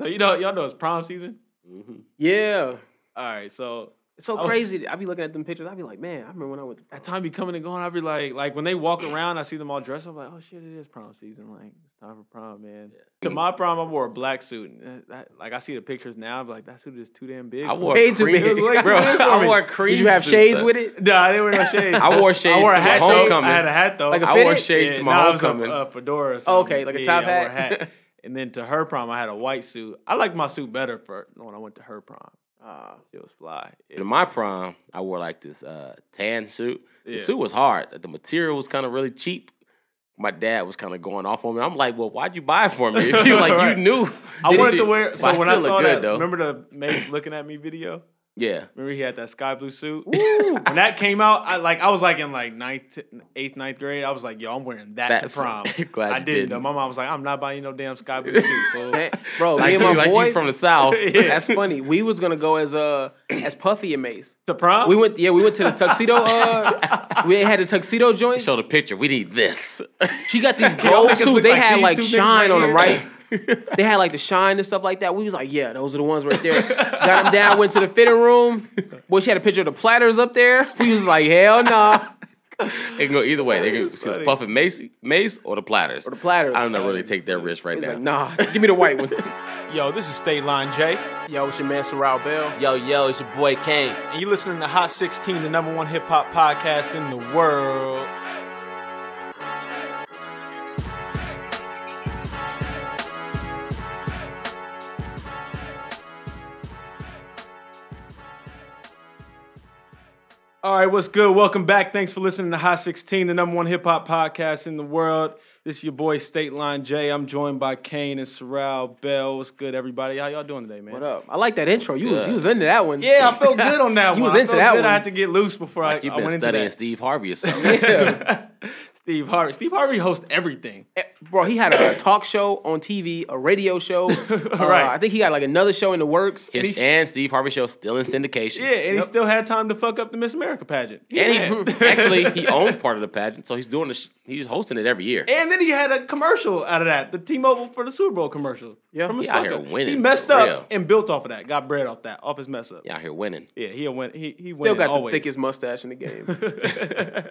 So you know, y'all know it's prom season. Mm-hmm. Yeah. All right, so It's so I was- crazy. that I be looking at them pictures. I be like, man, I remember when I went to that time be coming and going. I be like, like when they walk around, I see them all dressed. up. like, oh shit, it is prom season. Like it's time for prom, man. To my prom, I wore a black suit. and that- that- like I see the pictures now. I'm like, that suit is too damn big. I for wore me." Way too cream- big. it was way too Bro, big for I me. wore Did you have shades with it? Nah, I didn't wear no shades. I wore shades I wore to a my hat. Though. homecoming. I had a hat though. Like a I fitted? wore shades to my nah, it was a- homecoming. a, fedora. Or Oh, something. okay, like a Yeah, top I wore a hat. hat. and then to her prom, I had a white suit. I liked my suit better for when I went to her prom. Ah. It was fly. It- In my prom, I wore like this uh, tan suit. Yeah. The suit was hard. The material was kind of really cheap. My dad was kind of going off on me. I'm like, well, why'd you buy it for me? If you like, Right. you knew. I Did wanted to you- wear. But So when I still saw look that, remember the Mace looking at me video? yeah, Remember he had that sky blue suit. when that came out, I like I was like in like ninth, eighth, ninth grade. I was like, yo, I'm wearing that That's- to prom. Glad I didn't. though. you didn't. My mom was like, I'm not buying you no damn sky blue suit. Fool. Man, bro, like, me and you, my like boy. you from the south. Yeah. that's funny. We was gonna go as uh as Puffy and Mace. to prom. We went, yeah, we went to the tuxedo. Uh, we had the tuxedo joints. Show the picture. We need this. She got these Y'all gold niggas suits. look They like had these like two niggas right shine on them, right? here. they had like the shine and stuff like that. We was like, yeah, those are the ones right there. Got them down. Went to the fitting room. Boy, she had a picture of the platters up there. We was like, hell nah. It can go either way. They can It's funny. it's Puffin Mace, Mace or the platters. Or the platters. I don't know where they take their risk right He's now. like, nah, just give me the white one. Yo, this is State Line J, Yo, it's your man Sorrel Bell. Yo, yo, it's your boy Kane. and you're listening to Hot 16, the number one hip hop podcast in the world. All right, what's good? Welcome back. Thanks for listening to Hot 16, the number one hip hop podcast in the world. This is your boy State Line J. I'm joined by Kane and Sorrel Bell. What's good, everybody? How y'all doing today, man? What up? I like that intro. You was you was into that one. Yeah, I felt good on that You one. was into I felt that good. one. I had to get loose before I, You've I been went into studying that. Steve Harvey or something. Steve Harvey. Steve Harvey hosts everything. Eh, Bro, he had a talk show on TV, a radio show. Uh, Right. I think he got like another show in the works. His and Steve Harvey show still in syndication. Yeah, and he still had time to fuck up the Miss America pageant. And had- he actually he owns part of the pageant, so he's doing this. He's hosting it every year. And then he had a commercial out of that, the T-Mobile for the Super Bowl commercial. Yeah. from his He out here fuck up. winning, He messed for up real. and built off of that. Got bread off that, off his mess up. He out here winning. Yeah, he win. He he Still winning got always. the thickest mustache in the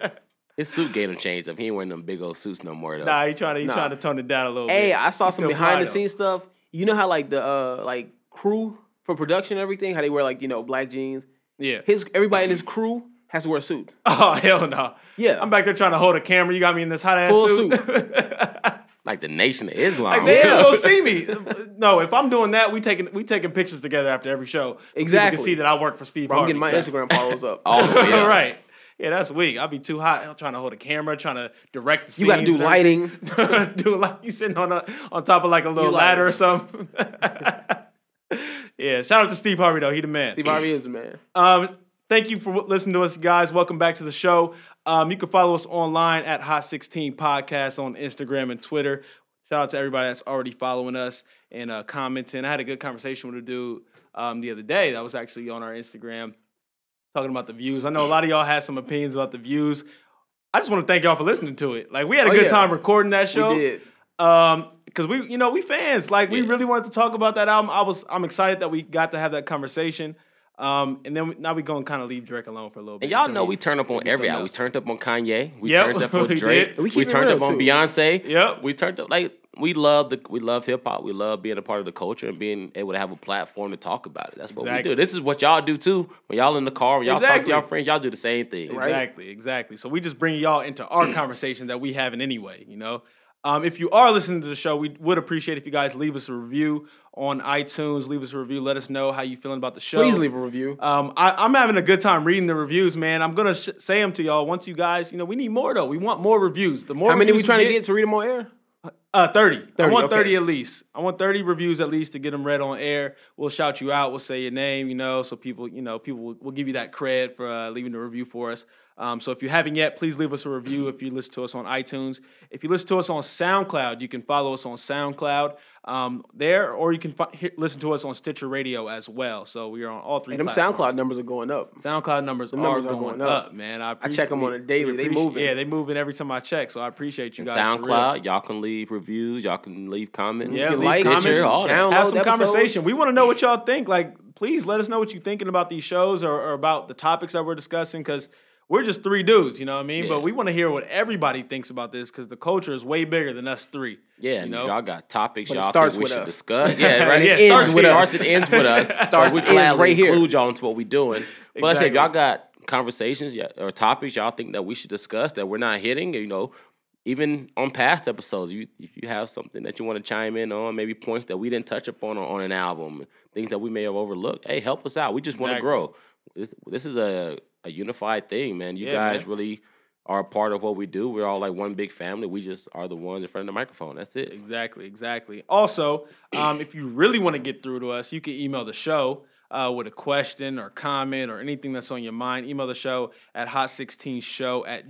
game. His suit game him changed up. He ain't wearing them big old suits no more though. Nah, he trying to he Nah. trying to tone it down a little bit. Hey, I saw He's some still behind fly, the scenes stuff. You know how like the uh like crew for production and everything, how they wear like, you know, black jeans. though. Yeah. His everybody in his crew has to wear suits. oh hell no. Yeah. I'm back there trying to hold a camera. You got me in this hot ass Full suit. Like the Nation of Islam. They Yeah. ain't gonna see me. No, if I'm doing that, we taking we taking pictures together after every show. So Exactly. People can see that I work for Steve. Bro, I'm Harvey. getting my That's- Instagram follows up. All the way up. right. Yeah, that's weak. I'll be too hot. I'm trying to hold a camera, trying to direct the You gotta do lighting. do like you sitting on a, on top of like a little You like- ladder or something. yeah. Shout out to Steve Harvey though. He the man. Steve Harvey is the man. Um, thank you for w- listening to us, guys. Welcome back to the show. Um, you can follow us online at Hot 16 Podcast on Instagram and Twitter. Shout out to everybody that's already following us and uh, commenting. I had a good conversation with a dude um, the other day that was actually on our Instagram talking about the views. I know a lot of y'all had some opinions about the views. I just want to thank y'all for listening to it. Like we had a Oh, good yeah. time recording that show. We did. Um, because we, you know, we fans. Like we Yeah. really wanted to talk about that album. I was, I'm excited that we got to have that conversation. Um, and then we, now we gonna kind of leave Drake alone for a little bit. And y'all until know we turn up on do every something album. We else. turned up on Kanye. We Yep, turned up on we Drake. did. We We, keep it turned real, up on too. Beyonce. Yep. We turned up like we love the we love hip hop. We love being a part of the culture and being able to have a platform to talk about it. That's what Exactly. we do. This is what y'all do too. When y'all in the car, when y'all talk to Exactly. y'all friends, y'all do the same thing. Right. Exactly, exactly. So we just bring y'all into our conversation that we having anyway, you know. Um, if you are listening to the show, we would appreciate if you guys leave us a review on iTunes. Leave us a review. Let us know how you feeling about the show. Please leave a review. Um, I, I'm having a good time reading the reviews, man. I'm gonna sh- say them to y'all once you guys. You know, we need more though. We want more reviews. The more How many we reviews trying we to get to read them on air? Uh, 30. I 30, want okay. 30 at least. I want 30 reviews at least to get them read on air. We'll shout you out. We'll say your name, you know, so people, you know, people will, will give you that cred for uh, leaving the review for us. Um, so if you haven't yet, please leave us a review if you listen to us on iTunes. If you listen to us on SoundCloud, you can follow us on SoundCloud um, there, or you can fi- he- listen to us on Stitcher Radio as well. So we are on all three. And them platforms. SoundCloud numbers are going up. SoundCloud numbers, numbers are, going, up. man. I, appreciate- check 'em on a daily. we They appreciate- moving. Yeah, they moving every time I check. So I appreciate you guys. for real. SoundCloud, y'all can leave reviews, y'all can leave comments, Yeah, you can leave like, comments, Stitcher, all that. download. have some episodes. conversation. We want to know what y'all think. Like, please let us know what you're thinking about these shows or, or about the topics that we're discussing because we're just three dudes, you know what I mean? But Yeah. we want to hear what everybody thinks about this because the culture is way bigger than us three. Yeah, and know? if y'all got topics But it y'all starts think we with should us. discuss. Yeah, right. Yeah, it it starts ends with with us. us. It ends with us. Starts we and ends gladly right here. include y'all into what we're doing. But like I said, if Exactly. y'all got conversations yeah, or topics y'all think that we should discuss that we're not hitting, you know, even on past episodes, you if you have something that you want to chime in on, maybe points that we didn't touch upon on, on an album, things that we may have overlooked. Hey, help us out. We just want to Exactly. grow. This, this is a, a unified thing, man. You Yeah, guys man. really are a part of what we do. We're all like one big family. We just are the ones in front of the microphone. That's it. Exactly, exactly. Also, um, if you really want to get through to us, you can email the show uh, with a question or comment or anything that's on your mind. Email the show at hot16show at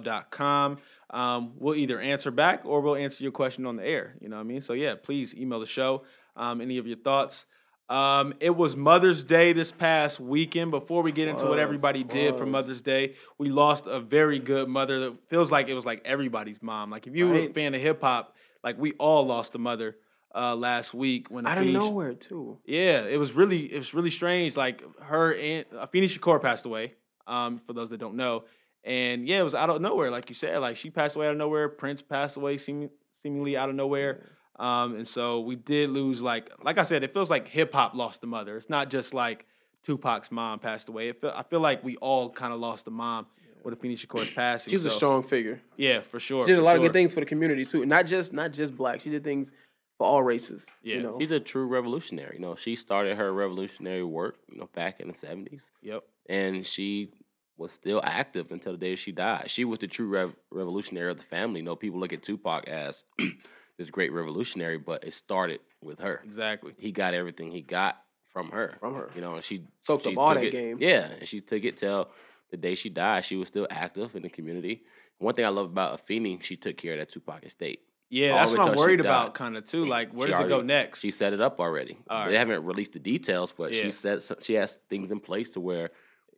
gmail.com. Um, we'll either answer back or we'll answer your question on the air. You know what I mean? So, yeah, please email the show um, any of your thoughts. Um, it was Mother's Day this past weekend. Before we get into what Was, everybody did for was. Mother's Day, we lost a very good mother. That feels like it was like everybody's mom. Like if you were a Right. fan of hip hop, like we all lost a mother uh, last week when Out of Afeni- nowhere too. Yeah, it was really it was really strange. Like her aunt Afeni Shakur passed away. Um, for those that don't know, and yeah, it was out of nowhere. Like you said, like she passed away out of nowhere. Prince passed away seem- seemingly out of nowhere. Um, and so we did lose like like I said, it feels like hip hop lost the mother. It's not just like Tupac's mom passed away. It feel, I feel like we all kind of lost the mom with Afeni Shakur's passing. She's a so- strong figure. yeah, for sure. She did a for lot of sure. good things for the community too. Not just not just black. She did things for all races. Yeah. You know? She's a true revolutionary. You know, she started her revolutionary work, you know, back in the seventies, Yep. and she was still active until the day she died. She was the true rev- revolutionary of the family. You know, people look at Tupac as this great revolutionary, but it started with her. Exactly. He got everything he got from her. From her. you know, and she Soaked she up all took that it- game. Yeah, and she took it till the day she died. She was still active in the community. One thing I love about Afeni, she took care of that Tupac estate. Yeah, All that's the what I'm touch she worried died. about, kind of too. Like, where She does it go already- next? She set it up already. All right. They haven't released the details, but Yeah. she said so- she has things in place to where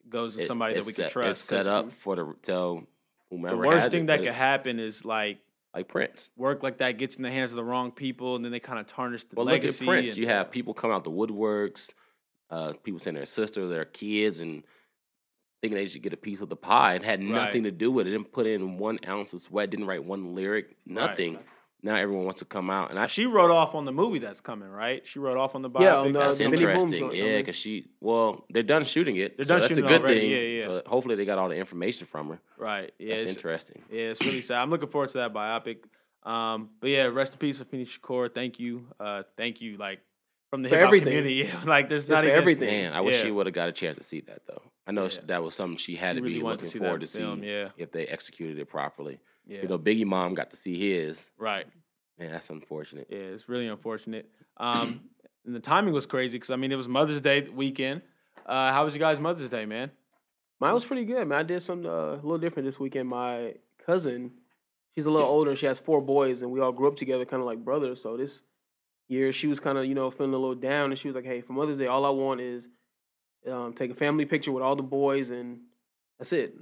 goes to it- somebody that it's we can set- trust. It's set 'cause up for the tell whomever. The has worst thing it, that but could it- happen is like like Prince. work like that gets in the hands of the wrong people, and then they kind of tarnish the Well, legacy. look at Prince. and- You have people come out the woodworks, uh, people sending their sisters, their kids, and thinking they should get a piece of the pie. It had Right. nothing to do with it. Didn't put in one ounce of sweat. Didn't write one lyric. Nothing. Now everyone wants to come out, and I she wrote off on the movie that's coming, right? She wrote off on Uh, the biopic. Yeah, on the- That's the Benny Boom interesting. joint, I Yeah, mean. because she, well, they're done shooting it. They're so done that's shooting a it good already, thing. yeah, yeah. So hopefully, they got all the information from her. right. Yeah, That's it's, interesting. yeah, it's really sad. I'm looking forward to that biopic. Um, but yeah, rest in peace, Afeni Shakur. Thank you, uh, thank you, like from the For hip hop everything. community. Yeah, like there's Just not for even everything. Man, I wish Yeah. she would have got a chance to see that though. I know Yeah. sh that was something she had You to really be wanted looking to see forward that to see film, yeah. if they executed it properly. Yeah, You know, Biggie mom got to see his. right. Man, that's unfortunate. Yeah, it's really unfortunate. Um, and the timing was crazy because I mean it was Mother's Day weekend. Uh, how was you guys Mother's Day, man? Mine was pretty good, man. I did something uh, a little different this weekend. My cousin, she's a little older and she has four boys, and we all grew up together, kind of like brothers. So this year, she was kind of you know feeling a little down, and she was like, "Hey, for Mother's Day, all I want is um, take a family picture with all the boys, and that's it."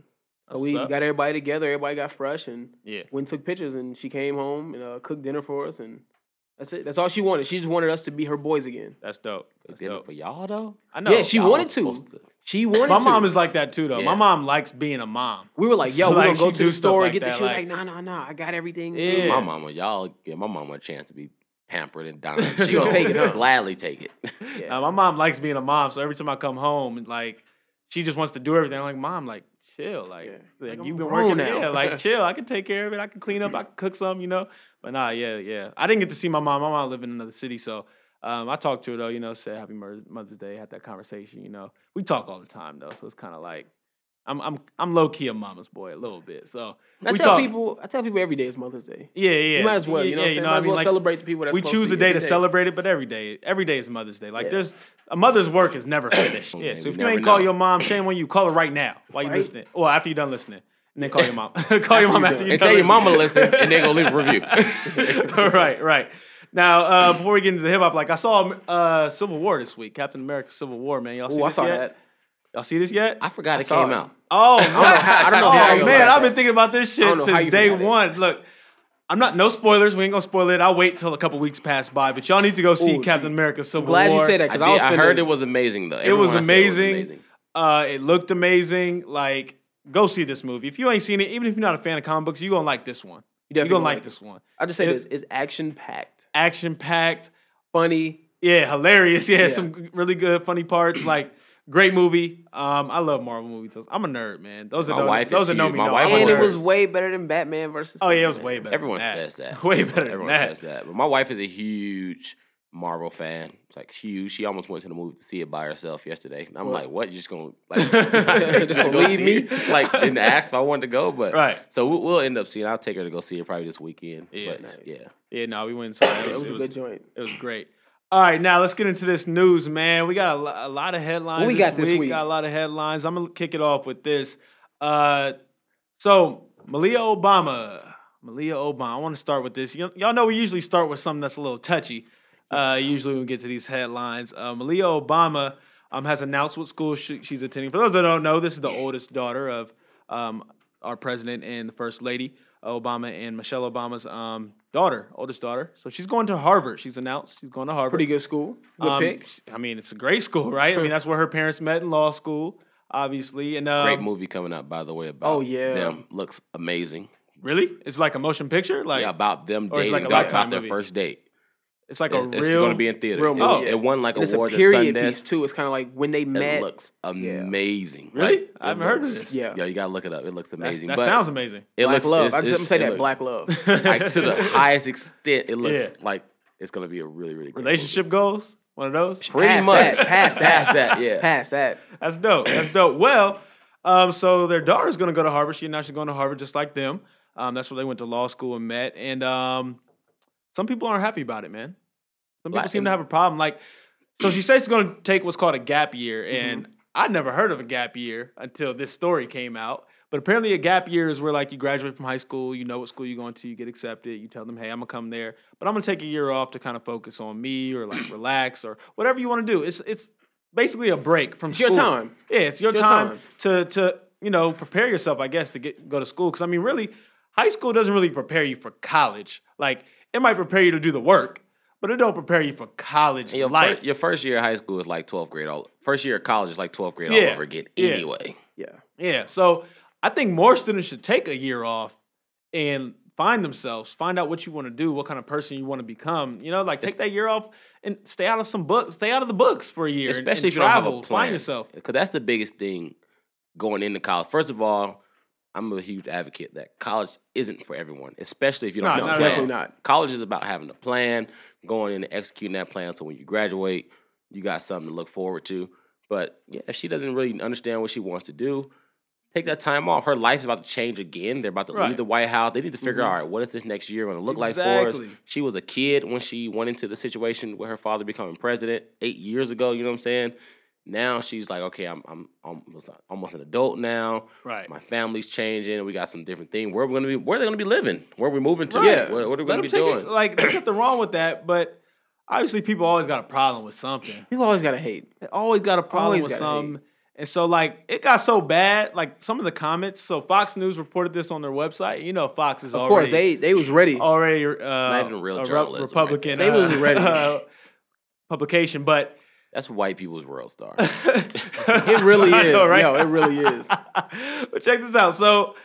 Uh, we what's up. got everybody together. Everybody got fresh and Yeah, went and took pictures, and she came home and uh, cooked dinner for us, and that's it. That's all she wanted. She just wanted us to be her boys again. that's dope. That's Did it dope. for y'all though. I know. yeah, she y'all wanted was to. supposed to- She wanted. My to. mom is like that too, though. My Yeah. mom likes being a mom. We were like, yo, Like, we're gonna go she to do the stuff store like and get the that, She was like- like, no, no, no, I got everything. Yeah. My mama, y'all give my mama a chance to be pampered and dimed. She gonna gonna take it, huh? Gladly take it. Uh, my mom likes being a mom, so every time I come home, like she just wants to do everything. I'm like, mom, like chill, like, Yeah. like, Like, I'm you've been grown working now. yeah, like chill. I can take care of it. I can clean up. I can cook some, you know. But nah, yeah, yeah. I didn't get to see my mom. My mom lived in another city, so um, I talked to her though. You know, said Happy Mother- Mother's Day. Had that conversation. You know, we talk all the time though, so it's kind of like I'm I'm I'm low key a mama's boy a little bit. So I we tell talk- people, I tell people every day is Mother's Day. yeah, yeah, You might as well, yeah, you know, yeah, what I'm saying? might as well Like, celebrate the people that's we close to choose a you day every to celebrate it, but every day, every day is Mother's Day. Like there's a mother's work is never finished. yeah, man, so we if you never ain't call know. your mom, shame on you. Call her right now while you Right? listening. Well, after you're done listening, and then call your mom. call your you're mom after done. you And tell your mama to listen, and they gonna leave a review. right, right. Now, uh, before we get into the hip hop, like I saw uh, Civil War this week, Captain America: Civil War. Man, y'all see Oh, I this saw yet? that. Y'all see this yet? I forgot it saw came it. out. Oh, what? how- I don't know oh how you man, like I've that. been thinking about this shit don't know how since you day forgot it. one. Look, I'm not no spoilers. We ain't gonna spoil it. I'll wait till a couple weeks pass by. But y'all need to go see Ooh, Captain America: Civil Glad War. you said that I, because I, was did- I finna- heard it was amazing though. It was Everyone said amazing. Uh, it looked amazing. Like, go see this movie. If you ain't seen it, even if you're not a fan of comic books, you gonna like this one. You You definitely gonna like like this one. I'll just say It- this: it's action packed, Action packed. funny. Yeah, hilarious. Yeah, Yeah. some g- really good funny parts. Like great movie. Um, I love Marvel movies. I'm a nerd, man. Those that My don't, wife is those that know huge. me My know wife I'm a and it nerd. worse. was way better than Batman versus. Oh yeah, it was Superman. way better. than Everyone says that. Way better. Than Everyone that. says that. But my wife is a huge Marvel fan. It's like huge. She almost went to the movie to see it by herself yesterday. And I'm What? like, what? You're just gonna like Just gonna leave see me? it? Like didn't ask if I wanted to go, but Right. So we- we'll end up seeing. I'll take her to go see it probably this weekend. Yeah. But, uh, Nice. yeah. Yeah, no, we went inside. It was a good joint. It was great. All right, now let's get into this news, man. We got a, lo- a lot of headlines. What we got this week? Got a lot of headlines. I'm gonna kick it off with this. Uh, so Malia Obama, Malia Obama. I want to start with this. Y- y'all know we usually start with something that's a little touchy. Uh, usually when we get to these headlines, uh, Malia Obama um, has announced what school she, she's attending. For those that don't know, this is the oldest daughter of um, our president and the first lady Obama and Michelle Obama's um, daughter, oldest daughter. So she's going to Harvard. She's announced she's going to Harvard. Pretty good school. Good Um, pick. I mean, it's a great school, right? I mean, that's where her parents met in law school, obviously. And um, Great movie coming up, by the way, about Oh, yeah. them. Looks amazing. Really, it's like a motion picture. Like yeah, about them or it's dating like a about Lifetime their movie. first date. it's like It's, a it's real. gonna be in theater. real It- movie. It, won like And it's a awards period at Sundance. piece too. It's kind of like when they It met. looks amazing. Really? Like, I haven't it heard of looks- this. yeah, Yeah, you gotta look it up. It looks That's- amazing. that But sounds amazing. It black looks, love. it's- I just I'm it's- say it that look- black love. like, to the highest extent. It looks Yeah. like it's gonna be a really really great Relationship goals. One of those. Movie. Pretty Past much that, past that. Past that. Yeah. Past that. That's dope. That's dope. Well, um, so their daughter's gonna go to Harvard. She and now she's going to Harvard just like them. Um, that's where they went to law school and met. And um, some people aren't happy about it, man. Some people Like- seem to have a problem. Like, so she says she's gonna take what's called a gap year, Mm-hmm. and I'd never heard of a gap year until this story came out. But apparently, a gap year is where like you graduate from high school, you know what school you're going to, you get accepted, you tell them, hey, I'm gonna come there, but I'm gonna take a year off to kind of focus on me or like relax or whatever you want to do. It's it's basically a break from It's your school. time. Yeah, it's your, Your time, time. to to you know prepare yourself, I guess, to get go to school. Because I mean, really, high school doesn't really prepare you for college. Like it might prepare you to do the work, but it don't prepare you for college Your, fir- life. your first year of high school is like 12th grade. All first year of college is like 12th grade Yeah. all over again. Yeah. Anyway, Yeah. Yeah, so I think more students should take a year off and find themselves, find out what you want to do, what kind of person you want to become. You know, like take that year off and stay out of some books, stay out of the books for a year, and- and especially if you don't have travel, a plan. find yourself. because that's the biggest thing going into college. First of all, I'm a huge advocate that college isn't for everyone, especially if you don't No, no, have a no. plan. Definitely not. College is about having a plan, going in and executing that plan. So when you graduate, you got something to look forward to. But yeah, if she doesn't really understand what she wants to do, take that time off. Her life's about to change again. They're about to Right. Mm-hmm. leave the White House. They need to figure out, all right, what is this next year going to look like for us? Exactly. She was a kid when she went into the situation with her father becoming president eight years ago. You know what I'm saying? Now she's like, okay, I'm I'm almost almost an adult now. Right. My family's changing. We got some different things. Where we're gonna be? Where they gonna be living? Where we moving to? Right. Yeah. What, what are Let we gonna them be take doing? it. Like, there's nothing wrong with that, but obviously people always got a problem with something. People always gotta hate. They always got a problem Always with gotta something. And so, like, it got so bad. Like, some of the comments. So, Fox News reported this on their website. You know, Fox is Of already course, they they was ready. already uh, even real a re- journalism right Republican. there. They was uh, ready. publication, but That's white people's world star. It it really is. Yo, it really is. but check this out. So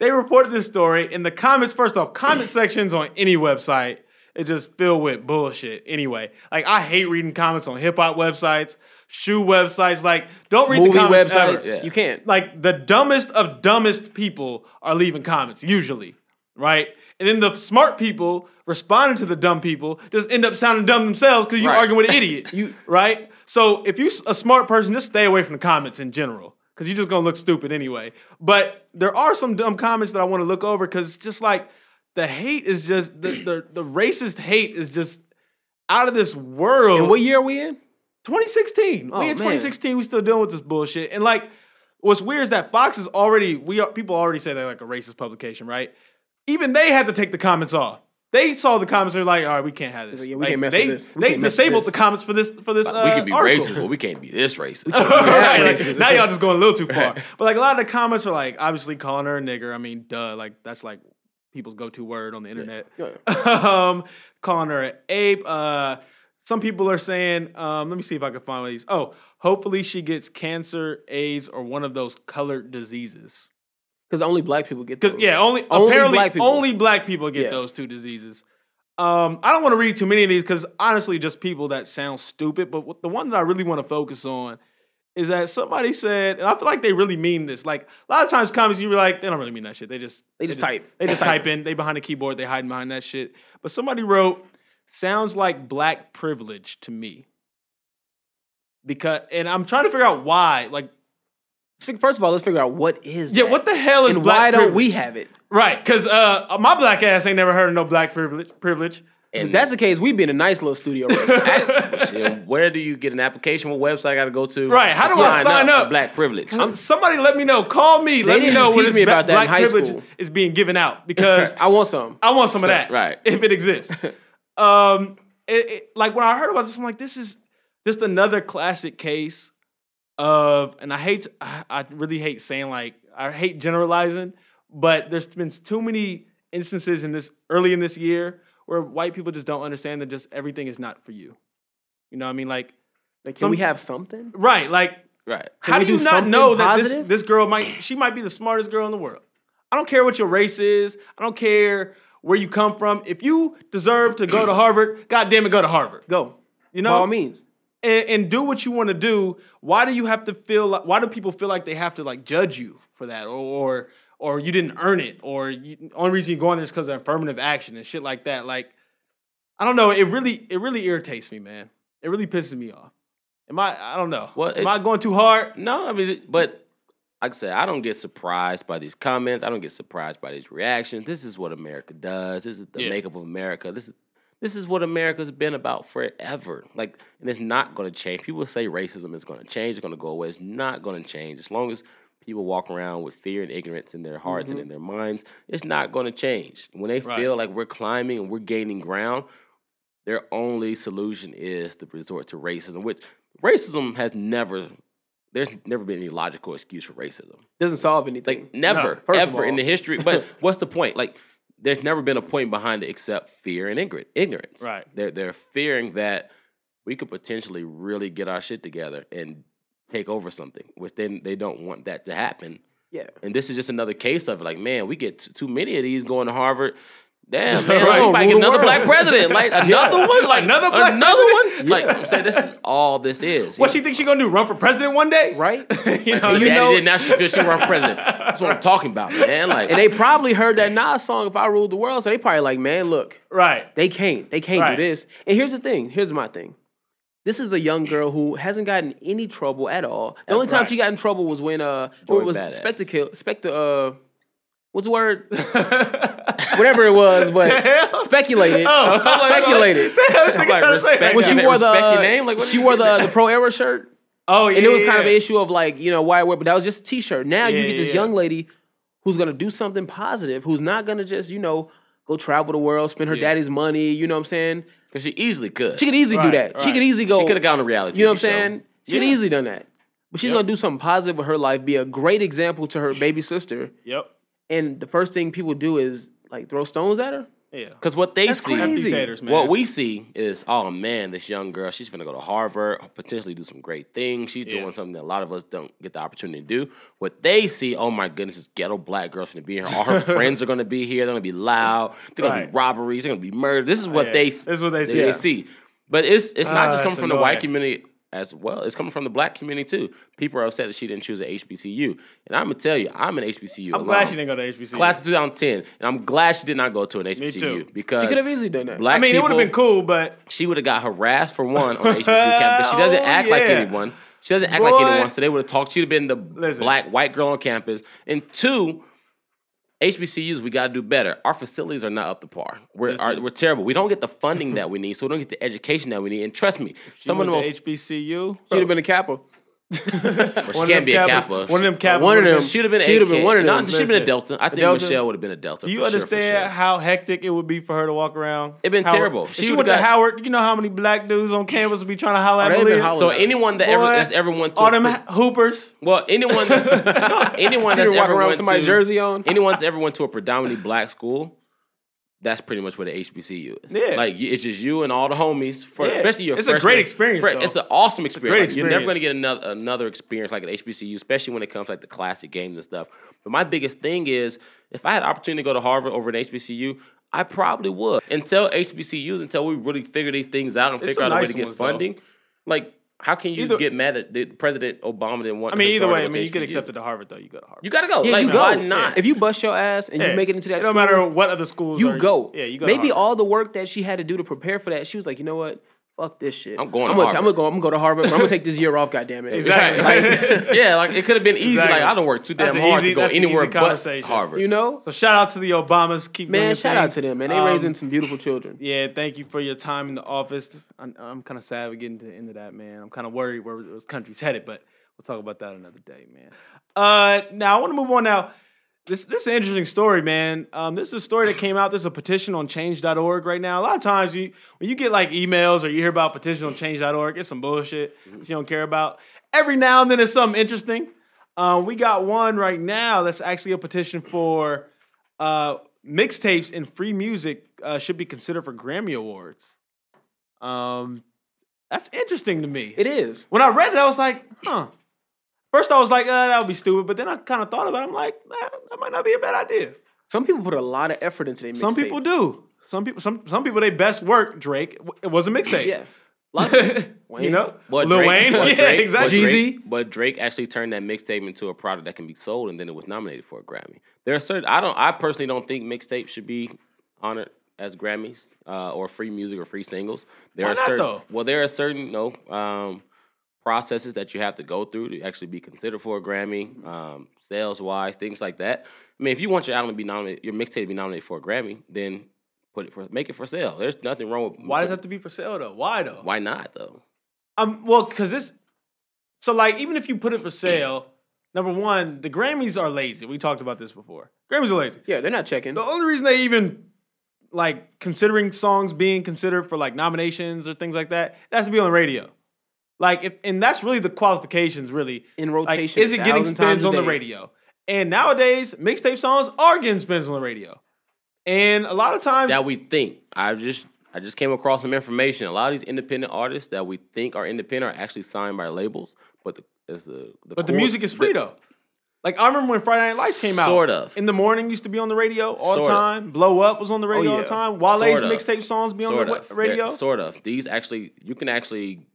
they reported this story in the comments. First off, comment sections on any website it just filled with bullshit. Anyway, like I hate reading comments on hip hop websites, shoe websites. Like don't read Movie the comments websites. ever. Yeah. You can't. Like the dumbest of dumbest people are leaving comments usually, right? And then the smart people responding to the dumb people just end up sounding dumb themselves because you Right. arguing with an idiot, You- right? So if you s- a smart person, just stay away from the comments in general. because you're just gonna look stupid anyway. But there are some dumb comments that I want to look over because just like the hate is just the, the the racist hate is just out of this world. And what year are we in? 2016. Oh, we in man. 2016. We still dealing with this bullshit. And like, what's weird is that Fox is already we are, people already say they're like a racist publication, right? Even they had to take the comments off. They saw the comments. They're like, all right, we can't have this. Yeah, we Like, can't mess they, with this. We they can't mess with disabled this. the comments for this for this. we uh, can be article. racist, but we can't be this racist. Right, like, racist. now y'all just going a little too far. But like a lot of the comments are like obviously calling her a nigger. I mean, duh, like that's like people's go-to word on the internet. um, calling her an ape. Uh, some people are saying, um, let me see if I can find one of these. Oh, hopefully she gets cancer, AIDS, or one of those colored diseases. Because only black people get Because those. yeah, only, Only apparently black people. only black people get Yeah. those two diseases. Um, I don't want to read too many of these because honestly, just people that sound stupid. But what- the one that I really want to focus on is that somebody said, and I feel like they really mean this. Like a lot of times, comments you were like, they don't really mean that shit. They just They just type. They just type in. They behind the keyboard. They hiding behind that shit. But somebody wrote, "Sounds like black privilege to me." Because and I'm trying to figure out why. Like, Let's fig- First of all, let's figure out what is yeah, that? what the hell is and black why don't privilege? we have it? Right, because uh, my black ass ain't never heard of no black privilege. Privilege. If and that's the case, we'd be in a nice little studio right now. and where do you get an application? What website I got to go to? Right, how to do I sign for up? Black privilege. Somebody let me know. Call me. let me didn't know when teach this me ba- about that in black high privilege school. is being given out because I want some. I want some of that. Right. If it exists. um, it, it- like when I heard about this, I'm like, this is just another classic case of, and I hate, to- I, I really hate saying like, I hate generalizing, but there's been too many instances in this early in this year where white people just don't understand that just everything is not for you. You know what I mean? Like, Like, can Some- we have something? right, like right. how we do you do not something know that positive? this this girl might she might be the smartest girl in the world? I don't care what your race is. I don't care where you come from. If you deserve to go to Harvard, God damn it, go to Harvard. Go. You By all know, means. and, and do what you want to do. Why do you have to feel? Like, why do people feel like they have to like judge you for that, or or, or you didn't earn it, or you, only reason you're going there is because of affirmative action and shit like that? Like, I don't know. It really it really irritates me, man. It really pisses me off. Am I? I don't know. Well, it- Am I going too hard? No, I mean, but like I said, I don't get surprised by these comments. I don't get surprised by these reactions. This is what America does. This is the Yeah. makeup of America. This is this is what America's been about forever. Like, and it's not going to change. People say racism is going to change. It's going to go away. It's not going to change as long as people walk around with fear and ignorance in their hearts and in their minds. It's not going to change. When they Right. feel like we're climbing and we're gaining ground, their only solution is to resort to racism, which racism has never there's never been any logical excuse for racism. Doesn't solve anything. Like never, first of ever in all. the history. But what's the point? Like there's never been a point behind it except fear and ignorant ignorance. Right. They're they're fearing that we could potentially really get our shit together and take over something, which then they don't want that to happen. yeah. And this is just another case of it. Like, man, we get t- too many of these going to Harvard. Damn, man, Right. we might get Rule the another world. black president. Like another one, like Another black another president? one. Like I'm saying, this is all this is. you What know? she think she gonna do? Run for president one day? Right? You know, And you you know- know, now she feels she run for president. That's what I'm talking about, man. Like, and they probably heard that Nas song, If I Ruled the World. So they probably like, man, look, right. they can't. They can't Right. do this. And here's the thing. Here's my thing. This is a young girl who hasn't gotten any trouble at all. The only time right. she got in trouble was when uh what Joy was Badass. Spectre kill Spectre uh what's the word? Whatever it was, but speculated. Oh, I was like, speculated. what the hell is this nigga like, trying to say right respect- now? When she They wore the respect your name? Like, what she do you wore mean? the the pro era shirt. oh, yeah, and it was kind of yeah. an issue of like you know why I wear, but that was just a t-shirt. Now you Yeah, get this yeah, young lady who's gonna do something positive, who's not gonna just you know go travel the world, spend her daddy's money. You know what I'm saying? 'cause she easily could. She could easily do Right, that. She right. could easily go. She could have gone to reality. You know what I'm TV show. saying? She could Yeah. easily done that, but she's gonna do something positive with her life, be a great example to her baby sister. Yep. And the first thing people do is like throw stones at her. Yeah. Because what they That's see, F crazy. these haters, man. what we see is, oh man, this young girl, she's gonna go to Harvard, potentially do some great things. She's Yeah. doing something that a lot of us don't get the opportunity to do. What they see, oh my goodness, this ghetto black girl's gonna be here. All her friends are gonna be here. They're gonna be loud. They're gonna Right. be robberies. They're gonna be murdered. This is what Yeah. they. This is what they see. They see. But it's it's not Ah, just coming that's from the white annoying. community as well. It's coming from the black community too. People are upset that she didn't choose an HBCU, and I'm gonna tell you, I'm an HBCU. I'm glad she didn't go to HBCU. Class of 2010, and I'm glad she did not go to an HBCU too. because She could have easily done that. black I mean, it would have people- been cool, but She would have got harassed for one on HBCU campus. She doesn't Oh, act like yeah. anyone. She doesn't act Boy. like anyone. So they would have talked. She'd have been the Listen. black white girl on campus. And two, HBCUs, we got to do better. Our facilities are not up to par. We're Listen. are, we're terrible. We don't get the funding that we need, so we don't get the education that we need. And trust me, some of the most HBCU. She'd have been a Kappa. well, she One of can't them be a Kappas- Kappa. One of them Kappa. One of them. She'd have been. She'd have been one of No, them. she'd have been a Listen. Delta. I think Delta? Michelle would have been a Delta. Do you for sure, for understand sure. how hectic it would be for her to walk around? It been Howard- terrible. If she She would've went to got- Howard. You know how many black dudes on campus would be trying to holler Oh, at they been Malia? hollering. So anyone that ever Boy, that's ever went to All a them pre- ha- hoopers. well anyone anyone She'd that's have walked ever around went with somebody's to, jersey on. anyone that's ever went to a predominantly black school, that's pretty much where the HBCU is. Yeah. like you- it's just you and all the homies. For, Yeah. especially your It's a freshman- great experience, fre- though. It's an awesome experience. great Like, You're never gonna experience. get another another experience like an HBCU, especially when it comes to, like the classic games and stuff. But my biggest thing is, if I had the opportunity to go to Harvard over an HBCU. I probably would until HBCUs until we really figure these things out and It's figure some out a way nice to get ones, though. funding. Like, how can you Either- get mad at the President Obama didn't want? I mean, to either start way, I with mean, you get HBCU? accepted to Harvard though. You go to Harvard. You gotta go. Yeah, like, you go. Why not? If you bust your ass and Yeah. you make it into that It school, don't matter what other schools. you are- go. Yeah, you go. to Maybe Harvard. all the work that she had to do to prepare for that, she was like, you know what? Fuck this shit. I'm going to I'm gonna, t- I'm Harvard. gonna go. I'm gonna go to Harvard. But I'm gonna take this year off. Goddamn it. Exactly. yeah, like it could have been easy. Exactly. Like I don't work too That's damn an hard easy- to go that's an anywhere easy but conversation. Harvard. You know, So shout out to the Obamas. Keep doing man. your Shout thing. out to them, man. They Um, raising some beautiful children. Yeah, thank you for your time in the office. I'm, I'm kind of sad we're getting to the end of that, man. I'm kind of worried where this country's headed, but we'll talk about that another day, man. Uh, now I want to move on. Now, this this is an interesting story, man. Um, this is a story that came out. There's a petition on Change.org right now. A lot of times, you when you get like emails or you hear about petition on Change.org, it's some bullshit that you don't care about. Every now and then, it's something interesting. Uh, we got one right now that's actually a petition for uh, mixtapes and free music uh, should be considered for Grammy awards. Um, that's interesting to me. It is. when I read it, I was like, huh. First, I was like, uh, that would be stupid. But then I kind of thought about it. I'm like, nah, that might not be a bad idea. Some people put a lot of effort into their Some mixtape. people do. Some people, some some people, they best work. Drake, it was a mixtape. Yeah. you Wayne. know, But Lil Drake, Wayne. but yeah, Drake, exactly. But Jeezy. Drake, but Drake actually turned that mixtape into a product that can be sold, and then it was nominated for a Grammy. There are certain I don't I personally don't think mixtapes should be honored as Grammys uh, or free music or free singles. There Why are not, certain though? well there are certain no um, processes that you have to go through to actually be considered for a Grammy, um, sales wise things like that. I mean, if you want your album to be nominated, your mixtape to be nominated for a Grammy, then put it for make it for sale. There's nothing wrong with Why does that have to be for sale though? Why though? Why not though? Um, well, because this, so like even if you put it for sale, number one, the Grammys are lazy. We talked about this before. Grammys are lazy. Yeah, they're not checking. The only reason they even like considering songs being considered for like nominations or things like that, that's to be on the radio. Like, if, and that's really the qualifications. Really, In like, rotation. is it getting 1,000 times spins a on the day. radio? And nowadays, mixtape songs are getting spins on the radio, and a lot of times that we think. I just I just came across some information. A lot of these independent artists that we think are independent are actually signed by labels, but the it's the, the But the core- music is free the- though. Like I remember when Friday Night Lights came out. Sort of. In the morning used to be on the radio all the Sort of. time. Blow Up was on the radio all the Oh, yeah. time. Wale's Sort of. mixtape songs be on the sort wa- of, They're- radio. Sort of. These actually you can actually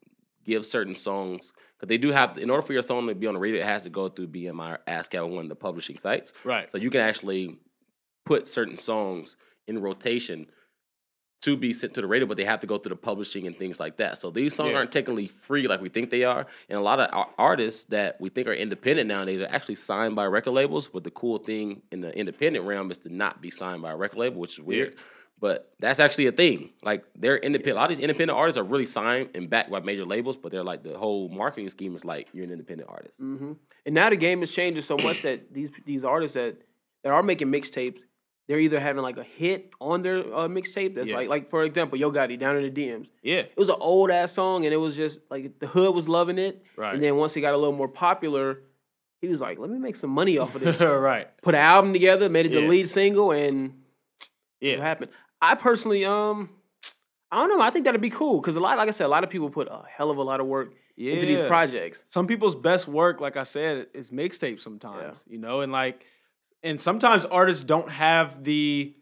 give certain songs because they do have in order for your song to be on the radio, it has to go through BMI or ASCAP, one of the publishing sites. Right. So you can actually put certain songs in rotation to be sent to the radio, but they have to go through the publishing and things like that. So these songs Yeah. aren't technically free like we think they are. And a lot of our artists that we think are independent nowadays are actually signed by record labels. But the cool thing in the independent realm is to not be signed by a record label, which is weird. But that's actually a thing. Like they're independent. A lot of these independent artists are really signed and backed by major labels, but they're like the whole marketing scheme is like you're an independent artist. Mm-hmm. hmm And now the game is changing so much that these these artists that that are making mixtapes, they're either having like a hit on their uh, mixtape. That's Yeah. like like for example, Yo Gotti down in the DMs. yeah. It was an old ass song, and it was just like the hood was loving it. Right. And then once it got a little more popular, he was like, "Let me make some money off of this." right. Put an album together, made it Yeah. the lead single, and it Yeah. happened. I personally, um, I don't know. I think that'd be cool because a lot, like I said, a lot of people put a hell of a lot of work Yeah. into these projects. Some people's best work, like I said, is mixtape sometimes. You know, and like and sometimes artists don't have the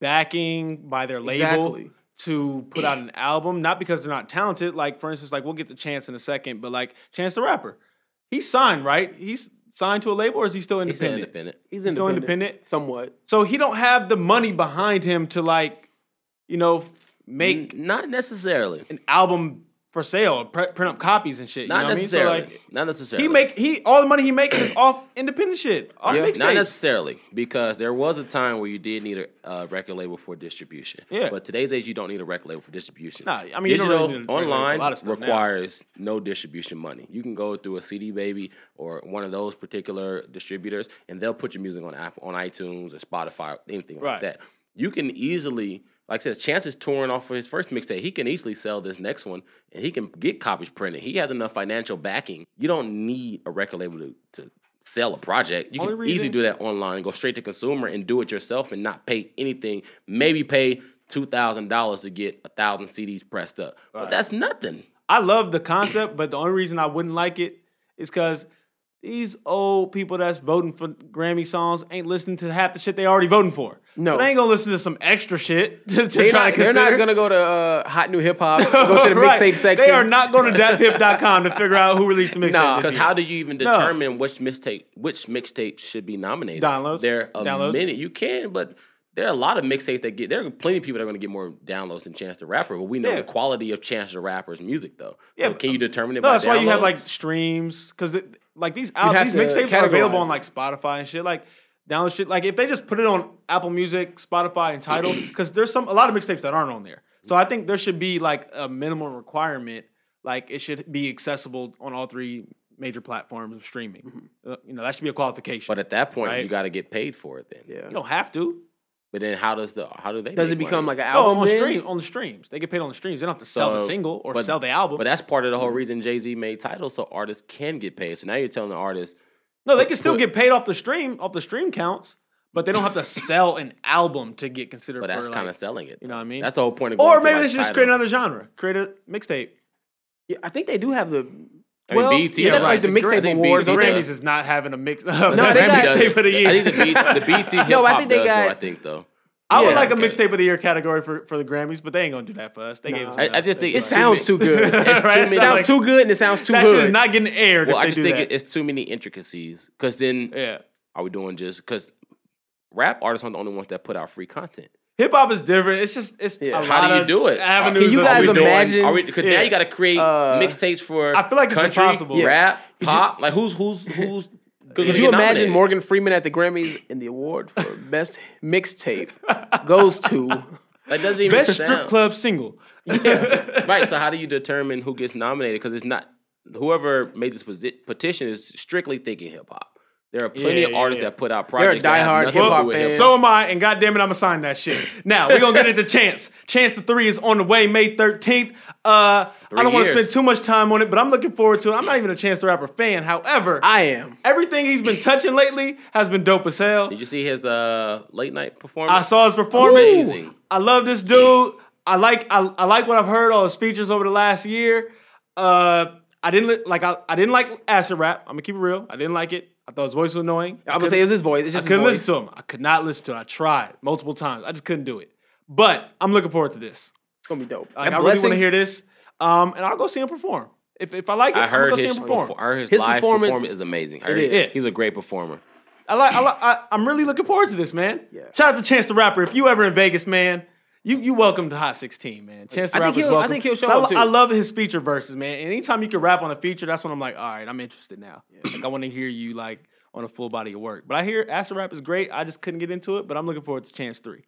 backing by their label. Exactly. to put out an album, not because they're not talented. Like, for instance, like we'll get to Chance in a second, but like Chance the Rapper, he's signed, right? He's signed to a label, or is he still He's an independent? independent. He's He's still independent, independent. somewhat. So he don't have the money behind him to like, you know, f- make Mm. N- not necessarily. an album for sale, pre- print up copies and shit. You Not know what I mean? So necessarily. like not necessarily. he make he all the money he making is off independent shit. Our Yeah, Not mixtapes. necessarily, because there was a time where you did need a uh, record label for distribution. Yeah. But today's age, you don't need a record label for distribution. Nah, I mean, you don't digital really need a record label for a online lot of stuff now. requires no distribution money. You can go through a CD Baby or one of those particular distributors, and they'll put your music on Apple, on iTunes or Spotify, anything Right. like that. You can easily. Like I said, Chance is touring off of his first mixtape. He can easily sell this next one, and he can get copies printed. He has enough financial backing. You don't need a record label to, to sell a project. You Only can reason- easily do do that online, go straight to consumer and do it yourself and not pay anything. Maybe pay two thousand dollars to get a thousand CDs pressed up, but that's nothing. I love the concept, but the only reason I wouldn't like it is because these old people that's voting for Grammy songs ain't listening to half the shit they already voting for. No. So they ain't gonna listen to some extra shit. To, to They're try not, to they're not consider. gonna go to uh, hot new hip hop. Go to the mixtape Right. section. They are not going to daphip.com to figure out who released the mixtape. Nah. this Because year. how do you even determine which mixtape which mixtape should be nominated? Downloads? There are Downloads? many. You can, but there are a lot of mixtapes that get. There are plenty of people that are going to get more downloads than Chance the Rapper. But we know Yeah. the quality of Chance the Rapper's music, though. Yeah, So can you determine it? No, by that's why you have downloads? like streams because like these out, have these to mixtapes are available categorize on like Spotify and shit. Like download shit. Like if they just put it on Apple Music, Spotify, and Tidal, because there's some a lot of mixtapes that aren't on there. So I think there should be like a minimum requirement. Like it should be accessible on all three major platforms of streaming. Uh, you know that should be a qualification. But But at that point, Right. you got to get paid for it. Then. you Yeah. don't have to. But then, how does the how do they? Does it make money? become like an No, album? on then? stream on the streams they get paid on the streams. They don't have to sell the So- single or but- sell the album. But that's part of the whole reason Jay Z made titles so artists can get paid. So now you're telling the artist, No, they can still But- get paid off the stream, off the stream counts, but they don't have to sell an album to get considered. but that's for, kind of like- selling it. you know what I mean. That's the whole point of going or to, maybe like, they should just Tidal. create another genre, create a mixtape. Yeah, I think they do have the. I mean, well, BET yeah, does. like the I think mixtape BET awards. does. don't they? Yeah. Grammys is not having a mix. no, they got- mixtape of the year. I think the, B, the BT hip No, I hop think they does. got- though, I think though. I would Yeah, like a okay. mixtape of the year category for, for the Grammys, but they ain't gonna do that for us. They gave us. I- I enough. just think It It's sounds too too good. It's Right? too- It's It not sounds like- too good and it sounds too that shit is good. not getting aired. Well, if I they just do think that. it- it's too many intricacies. Because then yeah. are we doing just because rap artists aren't the only ones that put out free content? Hip hop is different. It's just it's Yeah. a How lot do you of do it? Avenues. Can you of- guys are we doing- imagine- are we, cause Yeah. now you got to create Uh, mixtapes for. I feel like it's country, impossible. Rap, pop, like who's who's who's. Could you imagine Morgan Freeman at the Grammys and the award for best mixtape goes to? That doesn't even Best sound. strip club single. right. So how do you determine who gets nominated? Because it's not whoever made this posi- petition is strictly thinking hip hop. There are plenty Yeah, of yeah, artists yeah. that put out are projects. that have diehard nothing to do hip-hop with fans. hip-hop. So am I, and goddamn it, I'ma sign that shit. Now we're gonna get into Chance. Chance the three is on the way, May 13th. Uh, I don't want to years. spend too much time on it, but I'm looking forward to it. I'm not even a Chance the Rapper fan. However, I am. everything he's been touching lately has been dope as hell. Did you see his uh, late night performance? I saw his performance. Amazing. I love this dude. I like I, I like what I've heard all his features over the last year. Uh, I didn't li- like I, I didn't like acid rap. I'm gonna keep it real. I didn't like it. I thought his voice was annoying. I would say it's his voice. It's I just his couldn't voice. listen to him. I could not listen to him. I tried multiple times. I just couldn't do it. But I'm looking forward to this. It's gonna be dope. Like, I really That want to Blessings- heard this. Um, and I'll go see him perform. If, if I like it, I heard I'm gonna go his, see him perform. I heard his, His live performance- performance, is amazing. I heard is. He's a great performer. I like. I like I, I'm really looking forward to this, man. Yeah. Shout out to Chance the Rapper. If you ever in Vegas, man, you you welcome to Hot 16, man. Chance the I think Rapper's he'll- I welcome. think he'll show So I, up, too. I love his feature verses, man. And anytime you can rap on a feature, that's when I'm like, all right, I'm interested now. Like I want to hear you like on a full body of work. But I hear acid rap is great. I just couldn't get into it, but I'm looking forward to Chance Three.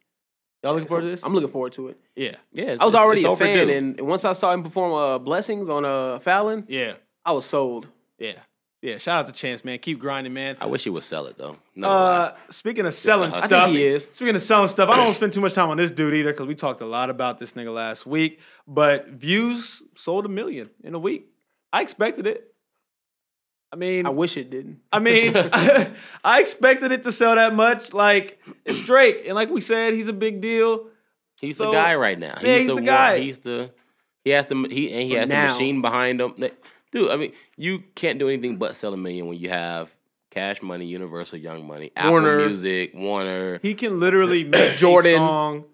Y'all looking forward to this? I'm looking forward to it. yeah, Yeah, it's- I was it's- already it's a fan, overdue. and and once I saw him perform uh, "Blessings" on uh, Fallon, yeah, I was sold. yeah, yeah. Shout out to Chance, man. Keep grinding, man. I wish he would sell it though. No, Uh, speaking of selling I stuff, think he is. Speaking of selling stuff, I don't want to spend too much time on this dude either because we talked a lot about this nigga last week. But views sold a million in a week. I expected it. I mean, I I wish it didn't. mean, I expected it to sell that much. Like it's Drake, and like we said, he's a big deal. he's so- the guy right now. Yeah, he's the one- guy. He's the he has the he and he For has now. the machine behind him. Like, Dude, I mean, you can't do anything but sell a million when you have Cash Money, Universal, Young Money, Apple Warner. Music, Warner. He can literally make Jordan. Jordan. a song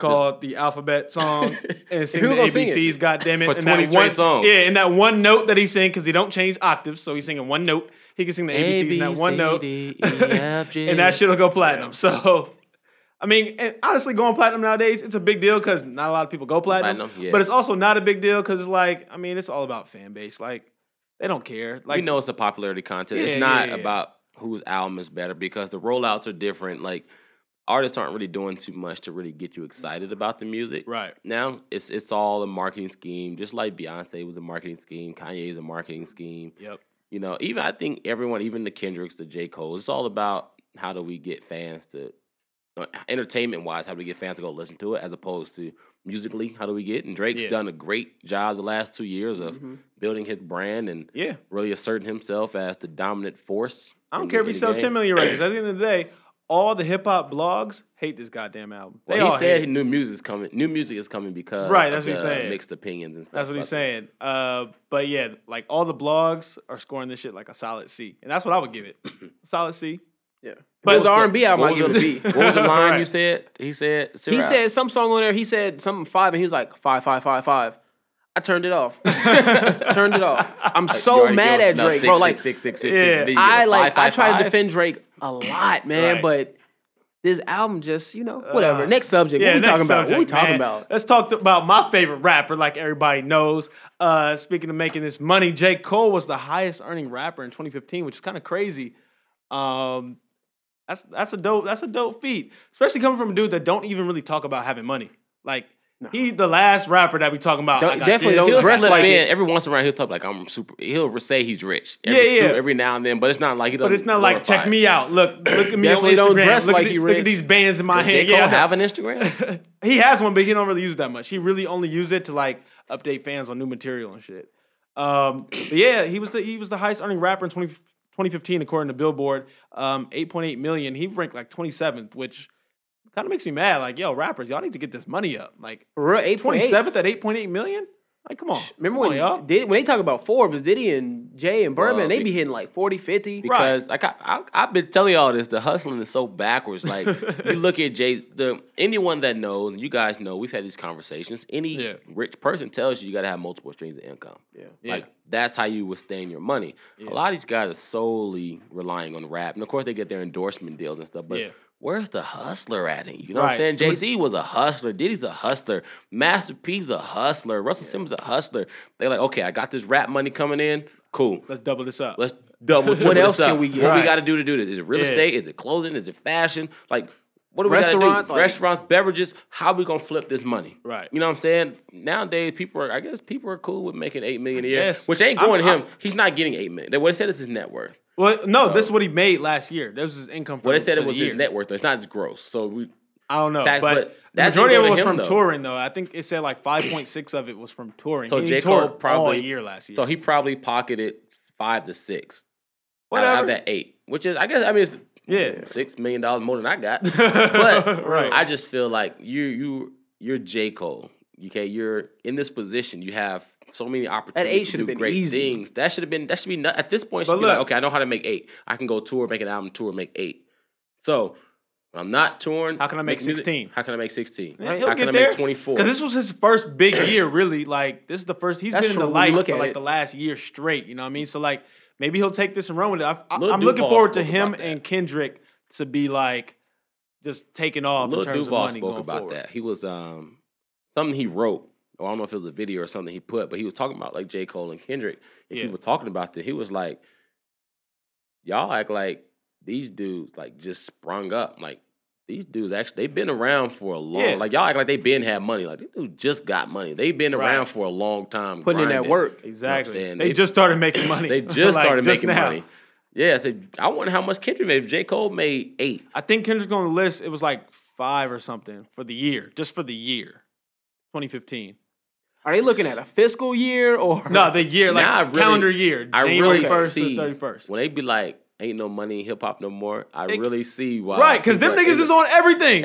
called the alphabet song and sing people the gonna sing it. ABCs, goddammit. For and that 20 straight one, songs. Yeah, and that one note that he sing, because he don't change octaves, so he's singing one note. He can sing the ABCs in that one note. A, B, C, D, E, F, G. and that shit'll go platinum. So I mean, and honestly, going platinum nowadays, it's a big deal because not a lot of people go platinum. Platinum, yeah. But it's also not a big deal because it's like, I mean, it's all about fan base. Like, they don't care. Like, we know it's a popularity contest. Yeah, it's not yeah, yeah. about whose album is better because the rollouts are different. Like artists aren't really doing too much to really get you excited about the music. right? Now it's it's all a marketing scheme, just like Beyonce was a marketing scheme, Kanye is a marketing scheme. Yep. You know, even I think everyone, even the Kendricks, the J. Cole's, it's all about how do we get fans to entertainment wise, how do we get fans to go listen to it as opposed to musically, how do we get? And Drake's Yeah. Mm-hmm. done a great job the last two years of Mhm. building his brand and Yeah. really asserting himself as the dominant force. I don't in care if the- he in the sells game. 10 million records. At the end of the day, all the hip hop blogs hate this goddamn album. They Well, all he hate it. said new music is coming. New music is coming because Right, of that's what he's the saying. Mixed opinions and stuff. That's what like he's that. saying. Uh, but yeah, like all the blogs are scoring this shit like a solid C, and that's what I would give it. solid C. Yeah. But- But it's R and B album. What I was, give it a B. the, what was the line Right. you said? He said. He Syrah. said some song on there. He said something five, and he was like five, five, five, five. I turned it off. turned it off. I'm You so already mad gave us at enough Drake, six, bro. six, Like six, six, six, six, Yeah. and then you I go like five, I five, try to five. defend Drake a lot, man. Right. But this album just you know whatever. Uh, next subject. Yeah, what we next talking about? What we subject, talking man. about? Let's talk about my favorite rapper, like everybody knows. Uh, speaking of making this money, J. Cole was the highest earning rapper in 2015, which is kind of crazy. Um, that's that's a dope that's a dope feat, especially coming from a dude that don't even really talk about having money. Like he the last rapper that we talking about. Don't- I got this, definitely don't He'll I got dress slip like in it. every once in a while. He'll talk like I'm super. He'll say he's rich. Yeah, Every, yeah. so- Every now and then, but it's not like he doesn't. But it's not like glorify check it. me out. Look, look at me on Definitely Instagram. don't dress look, like at the- you look at rich. these bands in my Does J. hand. Cole Yeah, I know. have an Instagram? he has one, but he don't really use it that much. He really only used it to like update fans on new material and shit. Um, but yeah, he was the he was the highest earning rapper in 20, 2015 according to Billboard. Um, 8.8 million. He ranked like 27th, which kind of makes me mad. Like, yo, rappers, y'all need to get this money up. Like Real eight point eight. 27th at 8.8 million? Like, come on. Remember Come when on, y'all. Diddy, when they talk about Forbes, Diddy and Jay and Berman, Well, they be- be hitting like 40, 50. Right. because like I, I, I've been telling y'all this, the hustling is so backwards. Like you look at Jay, the anyone that knows, and you guys know, we've had these conversations. Any Yeah. rich person tells you you got to have multiple streams of income. Yeah. Yeah. Like that's how you withstand your money. A lot of these guys are solely relying on rap, and of course they get their endorsement deals and stuff. But Yeah. where's the hustler at? it? You know what Right. I'm saying? Jay Z was a hustler. Diddy's a hustler. Master P's a hustler. Russell Simmons a hustler. They're like, okay, I got this rap money coming in. Cool. Let's double this up. Let's double. What triple else this up. can we get? What Right. we got to do to do this? Is it real Yeah. estate? Is it clothing? Is it fashion? Like what do we gotta do? Restaurants, like- Restaurants, beverages. How we gonna flip this money? Right. You know what I'm saying? Nowadays, people are. I guess people are cool with making eight million a year, Yes. which ain't I'm- going I'm- him. He's not getting eight million. They- What they said is his net worth. well, no, this is what he made last year. This was his income for What they the- said for it the was year. his net worth. though. It's not his gross. So we. I don't know, That- but, but the that didn't majority go of it to was him, from though. touring, though. I think it said like five point six of it was from touring. So he J toured Cole all probably year last year. So he probably pocketed five to six. out- Out whatever. of that eight, which is I guess I mean it's yeah, six million dollars more than I got. But Right. I just feel like you you you're J Cole. Okay, you're in this position. You have so many opportunities. eight to should've do been great easy. things. That should have been that should be nut- at this point. it But Should be like, look- okay, I know how to make eight. I can go tour, make an album, tour, make eight. So when I'm not touring. How can I make music- 16? How can I make sixteen? Man, he'll how get can I there make twenty four? because this was his first big year, really. Like this is the first he's That's been true, in the when you light look for at like it. the last year straight. You know what I mean? So like maybe he'll take this and run with it. I, I, Lil I'm looking Duval forward to spoke him about that. and Kendrick to be like just taking off Lil in terms Duval of money spoke going about forward. that. He was um something he wrote, or I don't know if it was a video or something he put, but he was talking about like J. Cole and Kendrick. And Yeah. people talking about that. He was like, Y'all act like these dudes like just sprung up. Like these dudes actually they've been around for a long Yeah. like y'all act like they've been had money. Like these dudes just got money. They've been Right. around for a long time. Putting in that grinding. work. Exactly. saying? they, They- just started making money. They just Like, started making now. money. Yeah, so I wonder how much Kendrick made. If J. Cole made eight. I think Kendrick on the list, it was like five or something for the year, just for the year, 2015. Are they looking at a fiscal year or No, the year, like Now I really- calendar year, I January really 1st see to 31st. when they be like, "Ain't no money in hip hop no more." I They- really see why. Right, because them people niggas is on everything.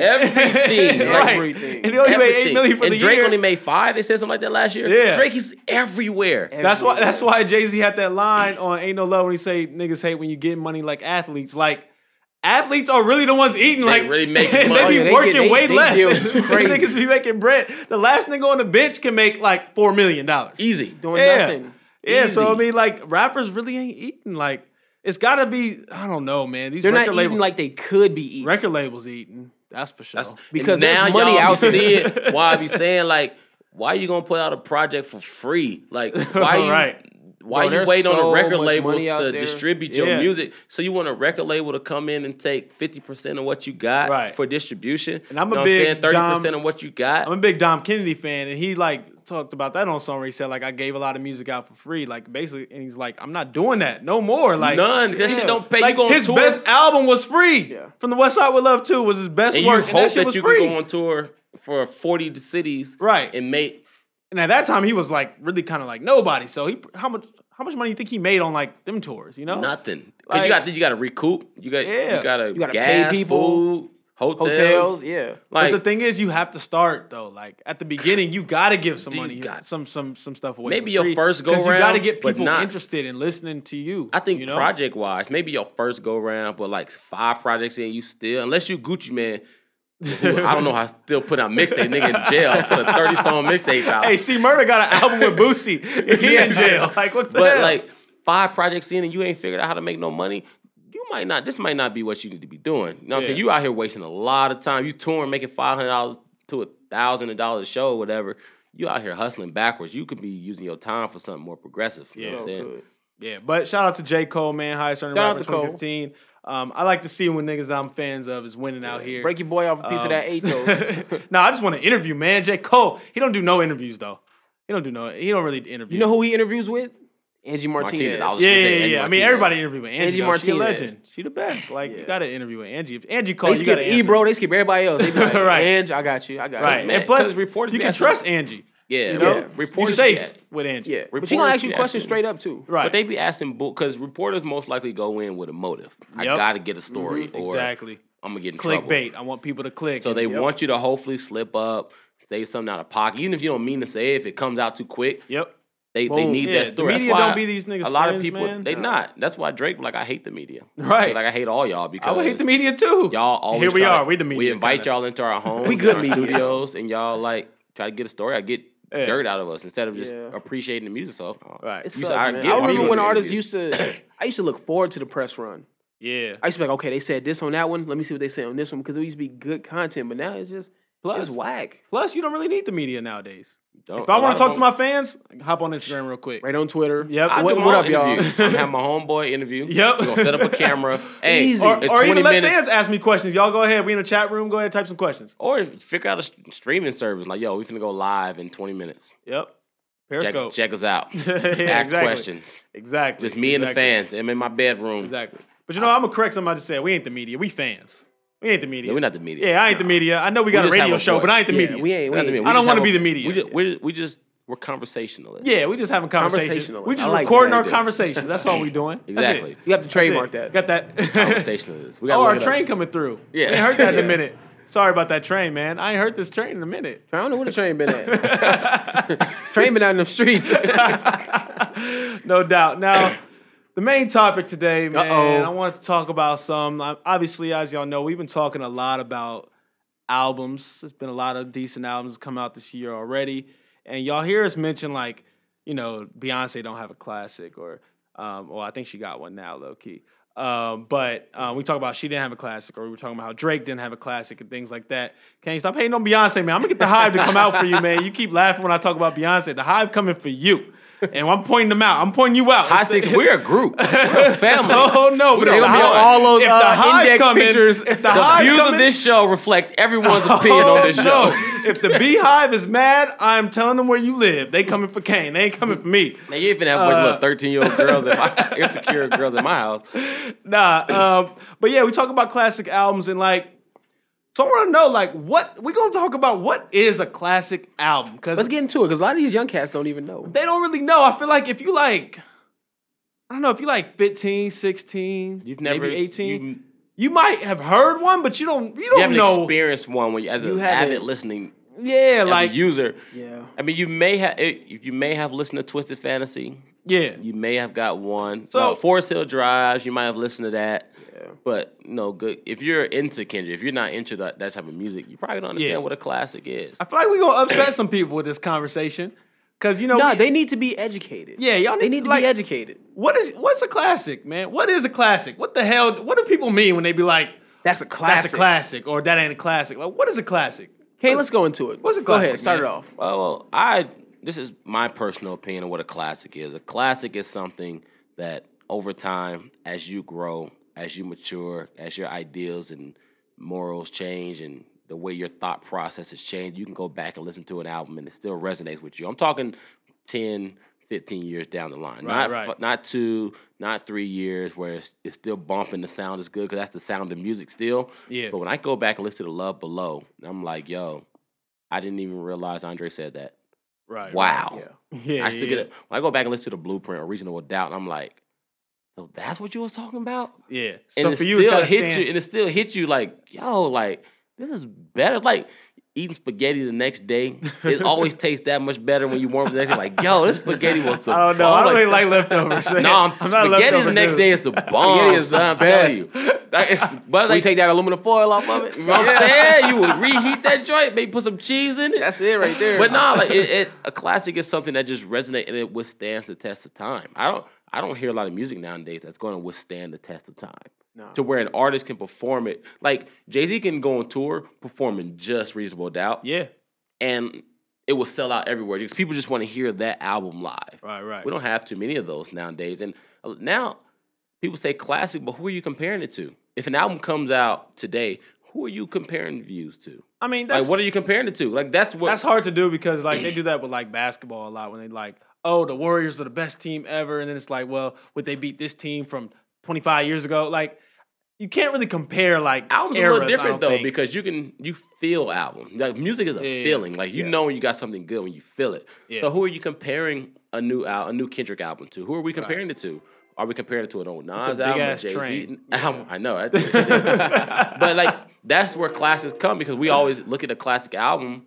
Everything, right. everything, And he only made 8 everything. million for and the Drake year. only made five. They said something like that last year. Yeah. Drake is everywhere. that's why that's why Jay-Z had that line on Ain't No Love when he say niggas hate when you get money like athletes. Like athletes are really the ones eating. They like really making and money. They Oh, be yeah, they working get- they- way they less. deals is crazy. niggas be making bread. The last nigga on the bench can make like four million dollars. Easy. doing Yeah. nothing? Yeah, so I Easy. mean, like rappers really ain't eating. Like it's got to be. I don't know, man. These They're not record eating labels, like they could be eating. record labels eating. That's for sure. That's, Because because now there's money y'all out be seeing why I be saying like, why you gonna put out a project for free? Like, why you Right. why Bro, you there's wait on so a record much label money out to there. distribute Yeah. your music? So you want a record label to come in and take fifty percent of what you got Right. for distribution? And I'm a You know what big saying? thirty percent Dom- of what you got. I'm a big Dom Kennedy fan, and he like talked about that on song. Where he said like I gave a lot of music out for free, like basically, and he's like, I'm not doing that no more. Like None. That shit don't pay. Like you go on his tour, best album was free. Yeah. From the West Side with Love Two was his best and you work. and that hope shit that, was you free. can go on tour for forty cities, Right. And make and at that time, he was like really kind of like nobody. So he how much how much money you think he made on like them tours? You know, nothing. 'Cause Like- you got you got to recoup. You got Yeah. you got to gotta pay gas, people, food, hotels. hotels, yeah. but Like the thing is, you have to start though. Like at the beginning, you gotta give some Dude, you money, uh, got- some some some stuff away. Maybe for your free, first 'cause You go-round, gotta get but people not- interested in listening to you. I think you know? project wise, maybe your first go round, but like five projects in, you still unless you Gucci man. who- I don't know how I still put out mixtape nigga in jail put a thirty song mixtape out. Hey, C Murder got an album with Boosie. and He in jail. Like what the but hell? like five projects in and you ain't figured out how to make no money, you might not. This might not be what you need to be doing. You know what I'm saying? Yeah. You out here wasting a lot of time. You touring, making five hundred dollars to a thousand dollars a show or whatever. You out here hustling backwards. You could be using your time for something more progressive. You know Yeah. what So I'm saying? good. yeah, but shout out to J Cole, man, highest earning Shout rapper out in to Cole. 2015. Um, I like to see when niggas that I'm fans of is winning out here. Break your boy off a piece of Um, that eight though. no, I just want to interview, man. J Cole, he don't do no interviews though. He don't do no. He don't really interview. You know who he interviews with? Angie Martinez. Martinez, I was- Yeah, yeah, Angie yeah. I mean, Martinez. everybody interview with Angie. Angie though. She a Martinez. legend. She the best. Like you Yeah. got to interview with Angie. If Angie They calls, you skip got to E, bro. They skip everybody else. They be like, Right. Angie, I got you. I got Right, you. Man, and plus, 'cause reporters you be can asking- trust Angie. Yeah, You you know, Yeah. you're reporters safe yeah. with Angie. Yeah. But she gonna Reporters ask you be questions asking- straight up too. right. But they be asking because reporters most likely go in with a motive. Yep. I gotta get a story, or exactly. I'm gonna get in trouble. Mm-hmm, Clickbait. I want people to click. So and- they Yep. want you to hopefully slip up, say something out of pocket, even if you don't mean to say it. If it comes out too quick, Yep. they, they Boom. need Yeah, that the story. That's media why don't be these niggas' A lot friends, of people man. they No. not. That's why Drake like I hate the media. Right. Like I hate all y'all because I would hate the media too. Y'all always Here we try to- are. We the media. We invite kinda. y'all into our homes, We and good our media. studios, and y'all like try to get a story. I get Yeah. dirt out of us instead of just Yeah. appreciating the music. So uh, Right. It You sucks, said, I man. get I why remember you when interview. artists used to I used to look forward to the press run. Yeah. I used to be like, okay, they said this on that one. Let me see what they say on this one because it used to be good content, but now it's just Plus- it's whack. Plus, you don't really need the media nowadays. Don't- If I a want lot to talk of to them- my fans, hop on Instagram real quick. Right on Twitter. Yep. I do What, my what own up, y'all? interview. I'm have my homeboy interview. Yep. We're gonna set up a camera. hey, Easy. in Or, or 20 even let minutes, fans ask me questions. Y'all go ahead. We in the chat room. Go ahead, type some questions. Or if- figure out a s- streaming service. Like, yo, we finna go live in 20 minutes. Yep. Check, Periscope. check us out. Yeah, Ask exactly. questions. Exactly. Just me and exactly. the fans. I'm in my bedroom. Exactly. But you know, I'm gonna correct somebody to say we ain't the media. We fans. We ain't the media. Yeah, we're not the media. Yeah, I ain't Nah. the media. I know we got a just radio have a show, voice. but I ain't the Yeah, media. we ain't. We We're ain't. not the media. I We don't just wanna have be a- the media. We just, we're, we just we're conversationalists. Yeah, we just having conversations. Conversationalist. We just I like recording that our idea. conversations. That's all we doing. That's it. Exactly. You have to trademark That's it. that. Got that. Conversationalists. We gotta oh, look our it up. train coming through. Yeah. I ain't heard that in a Yeah. minute. Sorry about that train, man. I ain't heard this train in a minute. I don't know where the train been at. train been out in the streets. No doubt. Now, the main topic today, man, Uh-oh. I want to talk about some. I- Obviously, as y'all know, we've been talking a lot about albums. There's been a lot of decent albums come out this year already, and y'all hear us mention like, you know, Beyonce don't have a classic, or um, well, I think she got one now, low key. Um, but um, we talk about she didn't have a classic, or we were talking about how Drake didn't have a classic and things like that. Can you stop hating on Beyonce, man? I'm gonna get the hive to come out for you, man. You keep laughing when I talk about Beyonce. The hive coming for you, and I'm pointing them out. I'm pointing you out. High six, we're a group. We're a family. Oh no, we're They gonna be on all those, if uh, the hive index come in- pictures. if the, The The hive views come of in- this show reflect everyone's opinion on this Oh, show. No. If the beehive is mad, I'm telling them where you live. They coming for Kane. They ain't coming for me. Now, you even have a bunch of Uh, little 13 year old girls, in my, insecure girls in my house. Nah. Um, but yeah, we talk about classic albums and like. So I want to know, like, what we gonna talk about? What is a classic album? Let's Because get into it because a lot of these young cats don't even know. they don't really know. I feel like if you like, I don't know, if you like 15, 16, You've never. maybe 18, you, you- might have heard one, but you don't, you You don't haven't know. experienced one when you, as You an haven't. avid listening Yeah, like like, user. Yeah. I mean, you may have you may have listened to Twisted Fantasy. yeah, You may have got one. So- So Forest Hill Drives. You might have listened to that. Yeah. But no good. If you're into Kendrick, if you're not into that, that type of music, you probably don't understand Yeah. what a classic is. I feel like we gonna upset some people with this conversation because you know, Nah, we- they need to be educated. yeah, y'all They need to like, be educated. What is what's a classic, man? What is a classic? What the hell? What do people mean when they be like, That's a classic. That's a classic, or that ain't a classic. Like, what is a classic? Okay, let's go into it. What's a Go classic, ahead, start man? it off. uh, Well, I this is my personal opinion of what a classic is. A classic is something that over time, as you grow, as you mature, as your ideals and morals change, and the way your thought processes change, you can go back and listen to an album and it still resonates with you. I'm talking 10, 15 years down the line, Right, not right. f- not two, not three years where it's, it's still bumping. The sound is good because that's the sound of music still. Yeah. But when I go back and listen to Love Below, I'm like, yo, I didn't even realize Andre said that. Right. Wow. Yeah. Yeah. I still yeah. get it. When I go back and listen to the blueprint or reasonable doubt, and I'm like, so that's what you was talking about? Yeah. And so it for you, it's still gotta hit stand- you, and it still hit you like, yo, like, this is better. Like eating spaghetti the next day. It always tastes that much better when you warm up the next day. Like, yo, this spaghetti was the I don't know. bomb. I don't Like, really like leftovers. no, I'm, spaghetti the next day is the bomb. Spaghetti is the son, I'm telling you. Like, it's- but We like, take that aluminum foil off of it. you know what I'm saying? You would reheat that joint, maybe put some cheese in it. That's it right there. But nah, like it, it, a classic is something that just resonates and it withstands the test of time. I don't, I don't hear a lot of music nowadays that's going to withstand the test of time Nah. to where an artist can perform it. Like Jay Z can go on tour performing just Reasonable Doubt, Yeah. and it will sell out everywhere because people just want to hear that album live. Right. Right. We don't have too many of those nowadays. And uh, now people say classic, but who are you comparing it to? If an album comes out today, who are you comparing views to? I mean, that's like, what are you comparing it to? Like, that's what. That's hard to do because like they do that with like basketball a lot when they like, oh, the Warriors are the best team ever, and then it's like, well, would they beat this team from 25 years ago? Like, you can't really compare like albums eras, are a I little don't different though think. because you can you feel album like music is a Yeah, yeah, feeling like you yeah. know when you got something good when you feel it Yeah. so who are you comparing a new al- a new Kendrick album to who are we comparing it to are we comparing it to an old Nas big album ass Jay Z train. album I know that- but like that's where classics come because we always look at a classic album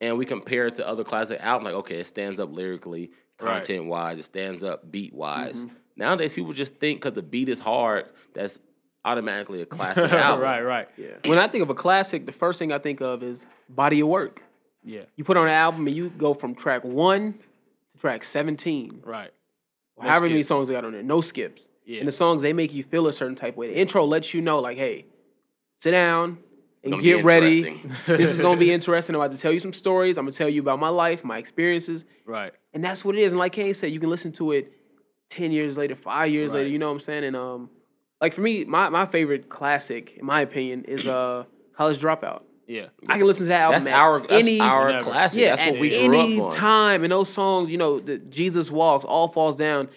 and we compare it to other classic albums like okay it stands up lyrically Right. content wise it stands up beat wise Mm-hmm. nowadays people just think because the beat is hard that's automatically a classic album right, right, Yeah. When I think of a classic, the first thing I think of is body of work. yeah, You put on an album and you go from track one to track 17. right, however many skips. songs they got on there, no skips. Yeah. And the songs they make you feel a certain type of way. The intro lets you know, like, hey, sit down and Gonna be get ready. interesting. this is gonna be interesting. I'm about to tell you some stories. I'm gonna tell you about my life, my experiences, right. and that's what it is. And like Kane said, you can listen to it ten years later, five years later. Right. You know what I'm saying? And um, like for me, my my favorite classic, in my opinion, is uh, College Dropout. Yeah, I can listen to that album That's at our that's any our Never. classic. yeah, that's at what we grew any up on. time. And those songs, you know, the Jesus walks, all falls down.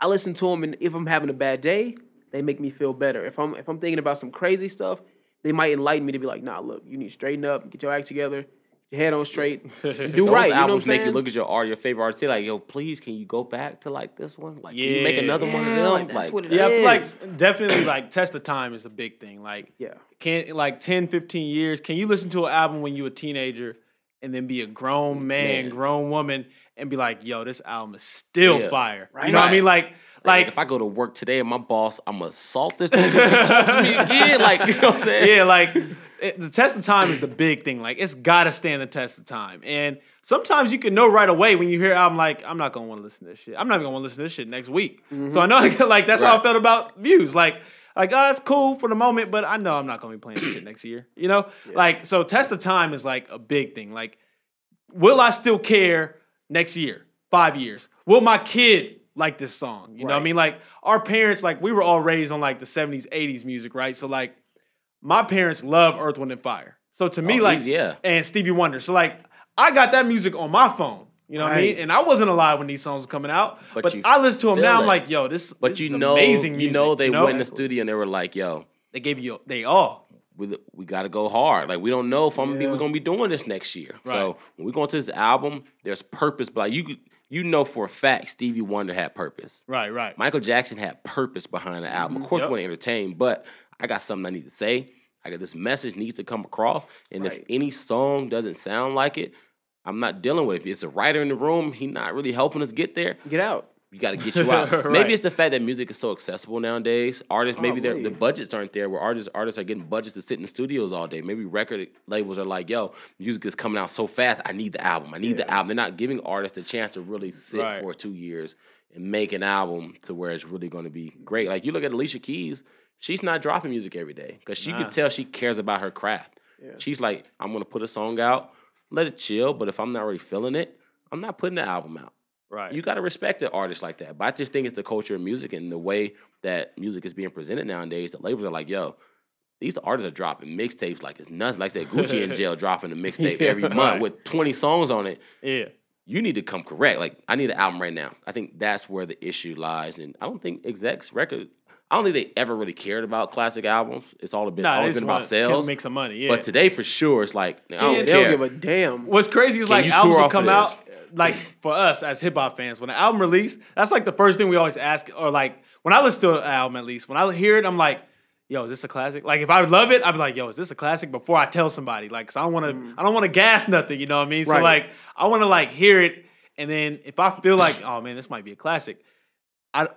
I listen to them, and if I'm having a bad day, they make me feel better. If I'm if I'm thinking about some crazy stuff, they might enlighten me to be like, Nah, look, you need to straighten up, get your act together, get your head on straight, and do Those right. You know what I'm albums saying? make you look at your art, your favorite artist, like, yo, please, can you go back to like this one? Like, can you make Yeah. another one of Yeah, them? like, that's what it yeah. I feel Is. like definitely like test of time is a big thing. Like, yeah, can like 10, 15 years, can you listen to an album when you a teenager and then be a grown man, Man. grown woman, and be like, yo, this album is still Yeah. fire. Right. You know what I mean? Like, like, like if I go to work today and my boss, I'm gonna assault this nigga. if he talks to me again, like, you know what I'm saying? yeah, like it, the test of time is the big thing. Like it's gotta stand the test of time. And sometimes you can know right away when you hear I'm like, I'm not gonna want to listen to this shit. I'm not gonna want to listen to this shit next week. So I know like that's how I Mm-hmm. Right. felt about views. Like like oh, it's cool for the moment, but I know I'm not gonna be playing this shit next year. You know, like so test of time is like a big thing. Like will I still care next year, five years? Will my kid like this song? You know what I Right. mean? Like our parents, like we were all raised on like the 70s, 80s music, right? So like my parents love Earth, Wind, and Fire. So to me, Oh, like easy, yeah. and Stevie Wonder. So like I got that music on my phone. You know what I mean? Right. And I wasn't alive when these songs were coming out. But, But you I listen to them feel now. I'm it. like, yo, this, But this you is know, amazing music. you know, they went in the Exactly. studio and they were like, yo, They gave you they all. we, we got to go hard. Like we don't know if I'm gonna be, Yeah. we're gonna be doing this next year. Right. So when we go into this album, there's purpose. But like, you could- you know for a fact, Stevie Wonder had purpose. Right, right. Michael Jackson had purpose behind the album. Of course, Yep. we want to entertain, but I got something I need to say. I got this message needs to come across, and if Right. any song doesn't sound like it, I'm not dealing with it. If it's a writer in the room, he's not really helping us get there. get out. We got to get you out. Right. Maybe it's the fact that music is so accessible nowadays. Artists, maybe their the Probably. budgets aren't there. Where artists artists are getting budgets to sit in the studios all day. Maybe record labels are like, "Yo, music is coming out so fast. I need the album. I need the album." They're not giving artists a chance to really sit Right. for two years and make an album to where it's really going to be great. Like you look at Alicia Keys, she's not dropping music every day because she Nah. could tell she cares about her craft. Yeah. She's like, I'm going to put a song out, let it chill, but if I'm not really feeling it, I'm not putting the album out. Right. You got to respect the artist like that. But I just think it's the culture of music and the way that music is being presented nowadays. The labels are like, yo, these artists are dropping mixtapes like it's nothing. Like I said, Gucci in jail dropping a mixtape every Yeah, month right. with 20 songs on it. yeah. You need to come correct. Like, I need an album right now. I think that's where the issue lies. And I don't think execs record, I don't think they ever really cared about classic albums. It's all been, Nah, always this been about one can sales. make some money. Yeah. But today, for sure, it's like, I Yeah, don't they care. don't give a damn. What's crazy is Can like you albums tour will off come of out like for us as hip hop fans when an album release. That's like the first thing we always ask, or like when I listen to an album at least when I hear it, I'm like, "Yo, is this a classic?" Like if I love it, I'd be like, "Yo, is this a classic?" Before I tell somebody, like, 'cause I don't want to, Mm. I don't want to gas nothing. You know what I mean? So Right. like, I want to like hear it, and then if I feel like, "Oh man, this might be a classic," I.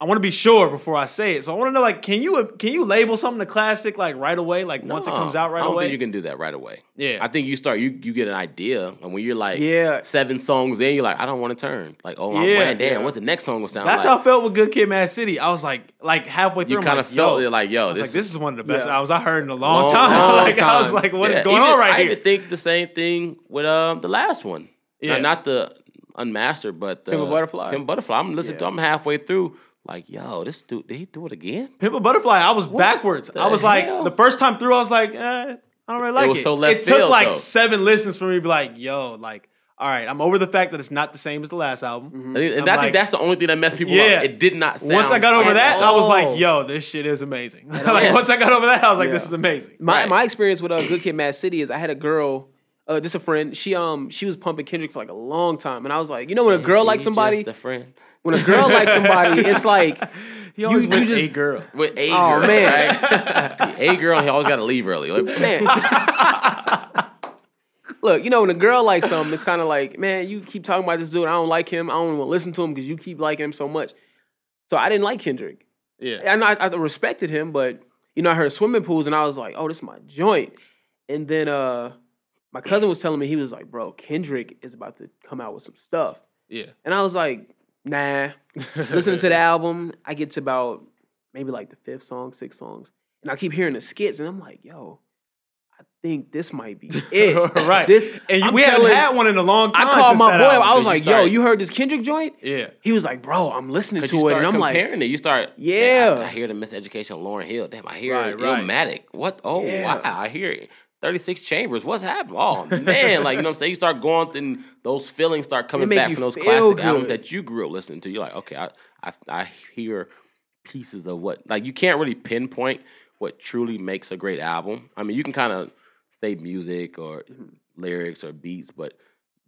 I want to be sure before I say it, so I want to know like, can you can you label something a classic like right away, like once it No, comes out right I don't away? think you can do that right away. yeah, I think you start you you get an idea, and when you're like Yeah. seven songs in, you're like, I don't want to turn. Like, oh, I'm Yeah. like, damn, Yeah. what the next song will sound That's like. how I felt with Good Kid, Mad City. I was like, like halfway through, you kind kind of like, felt yo, it, like, I yo, was this like, is this is one of the best Yeah. albums I heard in a long, long, time. long like I was time. like, what is Yeah, going even- on right I here? even think the same thing with um the last one. Yeah. Not, not the unmastered, but the Pimp a Butterfly. Pimp a butterfly. I'm listening to. Yeah. I'm halfway through. Like, yo, this dude, did he do it again? Pimp a Butterfly. I was backwards. the I was hell? like, the first time through, I was like, eh, I don't really like it. was so left it took field, like though. seven listens for me to be like, yo, like, all right, I'm over the fact that it's not the same as the last album. And I think Mm, I'm like- that's the only thing that messed people Yeah. up. It did not sound. Once I got over like Oh. that, I was all. like, yo, this shit is amazing. like Yeah. once I got over that, I was like, this Yeah. is amazing. My Right. my experience with uh, Good Kid, Mad City is I had a girl, uh, just a friend. She um she was pumping Kendrick for like a long time, and I was like, you know, when a girl likes He's somebody, just a friend when a girl likes somebody, it's like, He always you went just- a girl. with a girl. Oh, man. right? a girl, he always got to leave early. Like, man. Look, you know, when a girl likes something, it's kind of like, man, you keep talking about this dude. I don't like him. I don't want to listen to him because you keep liking him so much. So I didn't like Kendrick. Yeah. and I, I respected him, but you know, I heard swimming pools, and I was like, "Oh, this is my joint." And then uh, my cousin was telling me he was like, "Bro, Kendrick is about to come out with some stuff," Yeah. and I was like, "Nah." Listening to the album, I get to about maybe like the fifth song, sixth songs, and I keep hearing the skits, and I'm like, "Yo, I think this might be it." right. This and you, I'm we telling- haven't had one in a long I time. called since my that boy up. album, I 'cause was you like, "Yo, started- you heard this Kendrick joint?" yeah." He was like, "Bro, I'm listening Cause to you it," start and I'm like, comparing it. You start, Yeah. man, I, I hear the miseducation of Lauren Hill. Damn, I hear Right, right. Illmatic. What? Oh Yeah. wow, I hear it. Thirty six chambers. What's happening? Oh man, like you know what I'm saying. You start going through and those feelings start coming make back you from those feel classic good. albums that you grew up listening to. You're like, okay, I, I I hear pieces of what like you can't really pinpoint what truly makes a great album. I mean, you can kind of say music or Mm-hmm. lyrics or beats, but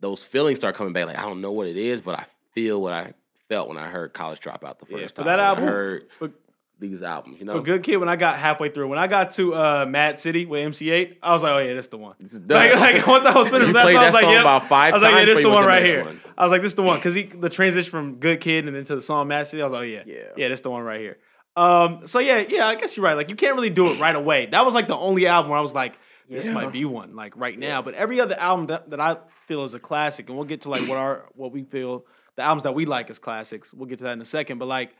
those feelings start coming back. Like I don't know what it is, but I feel what I felt when I heard College Dropout the first Yeah, but time. that when album- I heard but- these albums. You know, A good kid when I got halfway through. When I got to uh, Mad City with MC8, I was like, oh yeah, that's the one. This is Like, done. like once I was finished with that song, played I that was like, song yep. about I five was like, yeah, times this the before you one went to right the here. next one. I was like, this the one because he the transition from Good Kid and into the song Mad City. I was like, oh yeah, Yeah. yeah, this the one right here. Um, so yeah, yeah, I guess you're right. Like you can't really do it right away. That was like the only album where I was like, this Yeah. might be one like right now. But every other album that, that I feel is a classic, and we'll get to like what our what we feel the albums that we like as classics. We'll get to that in a second. But like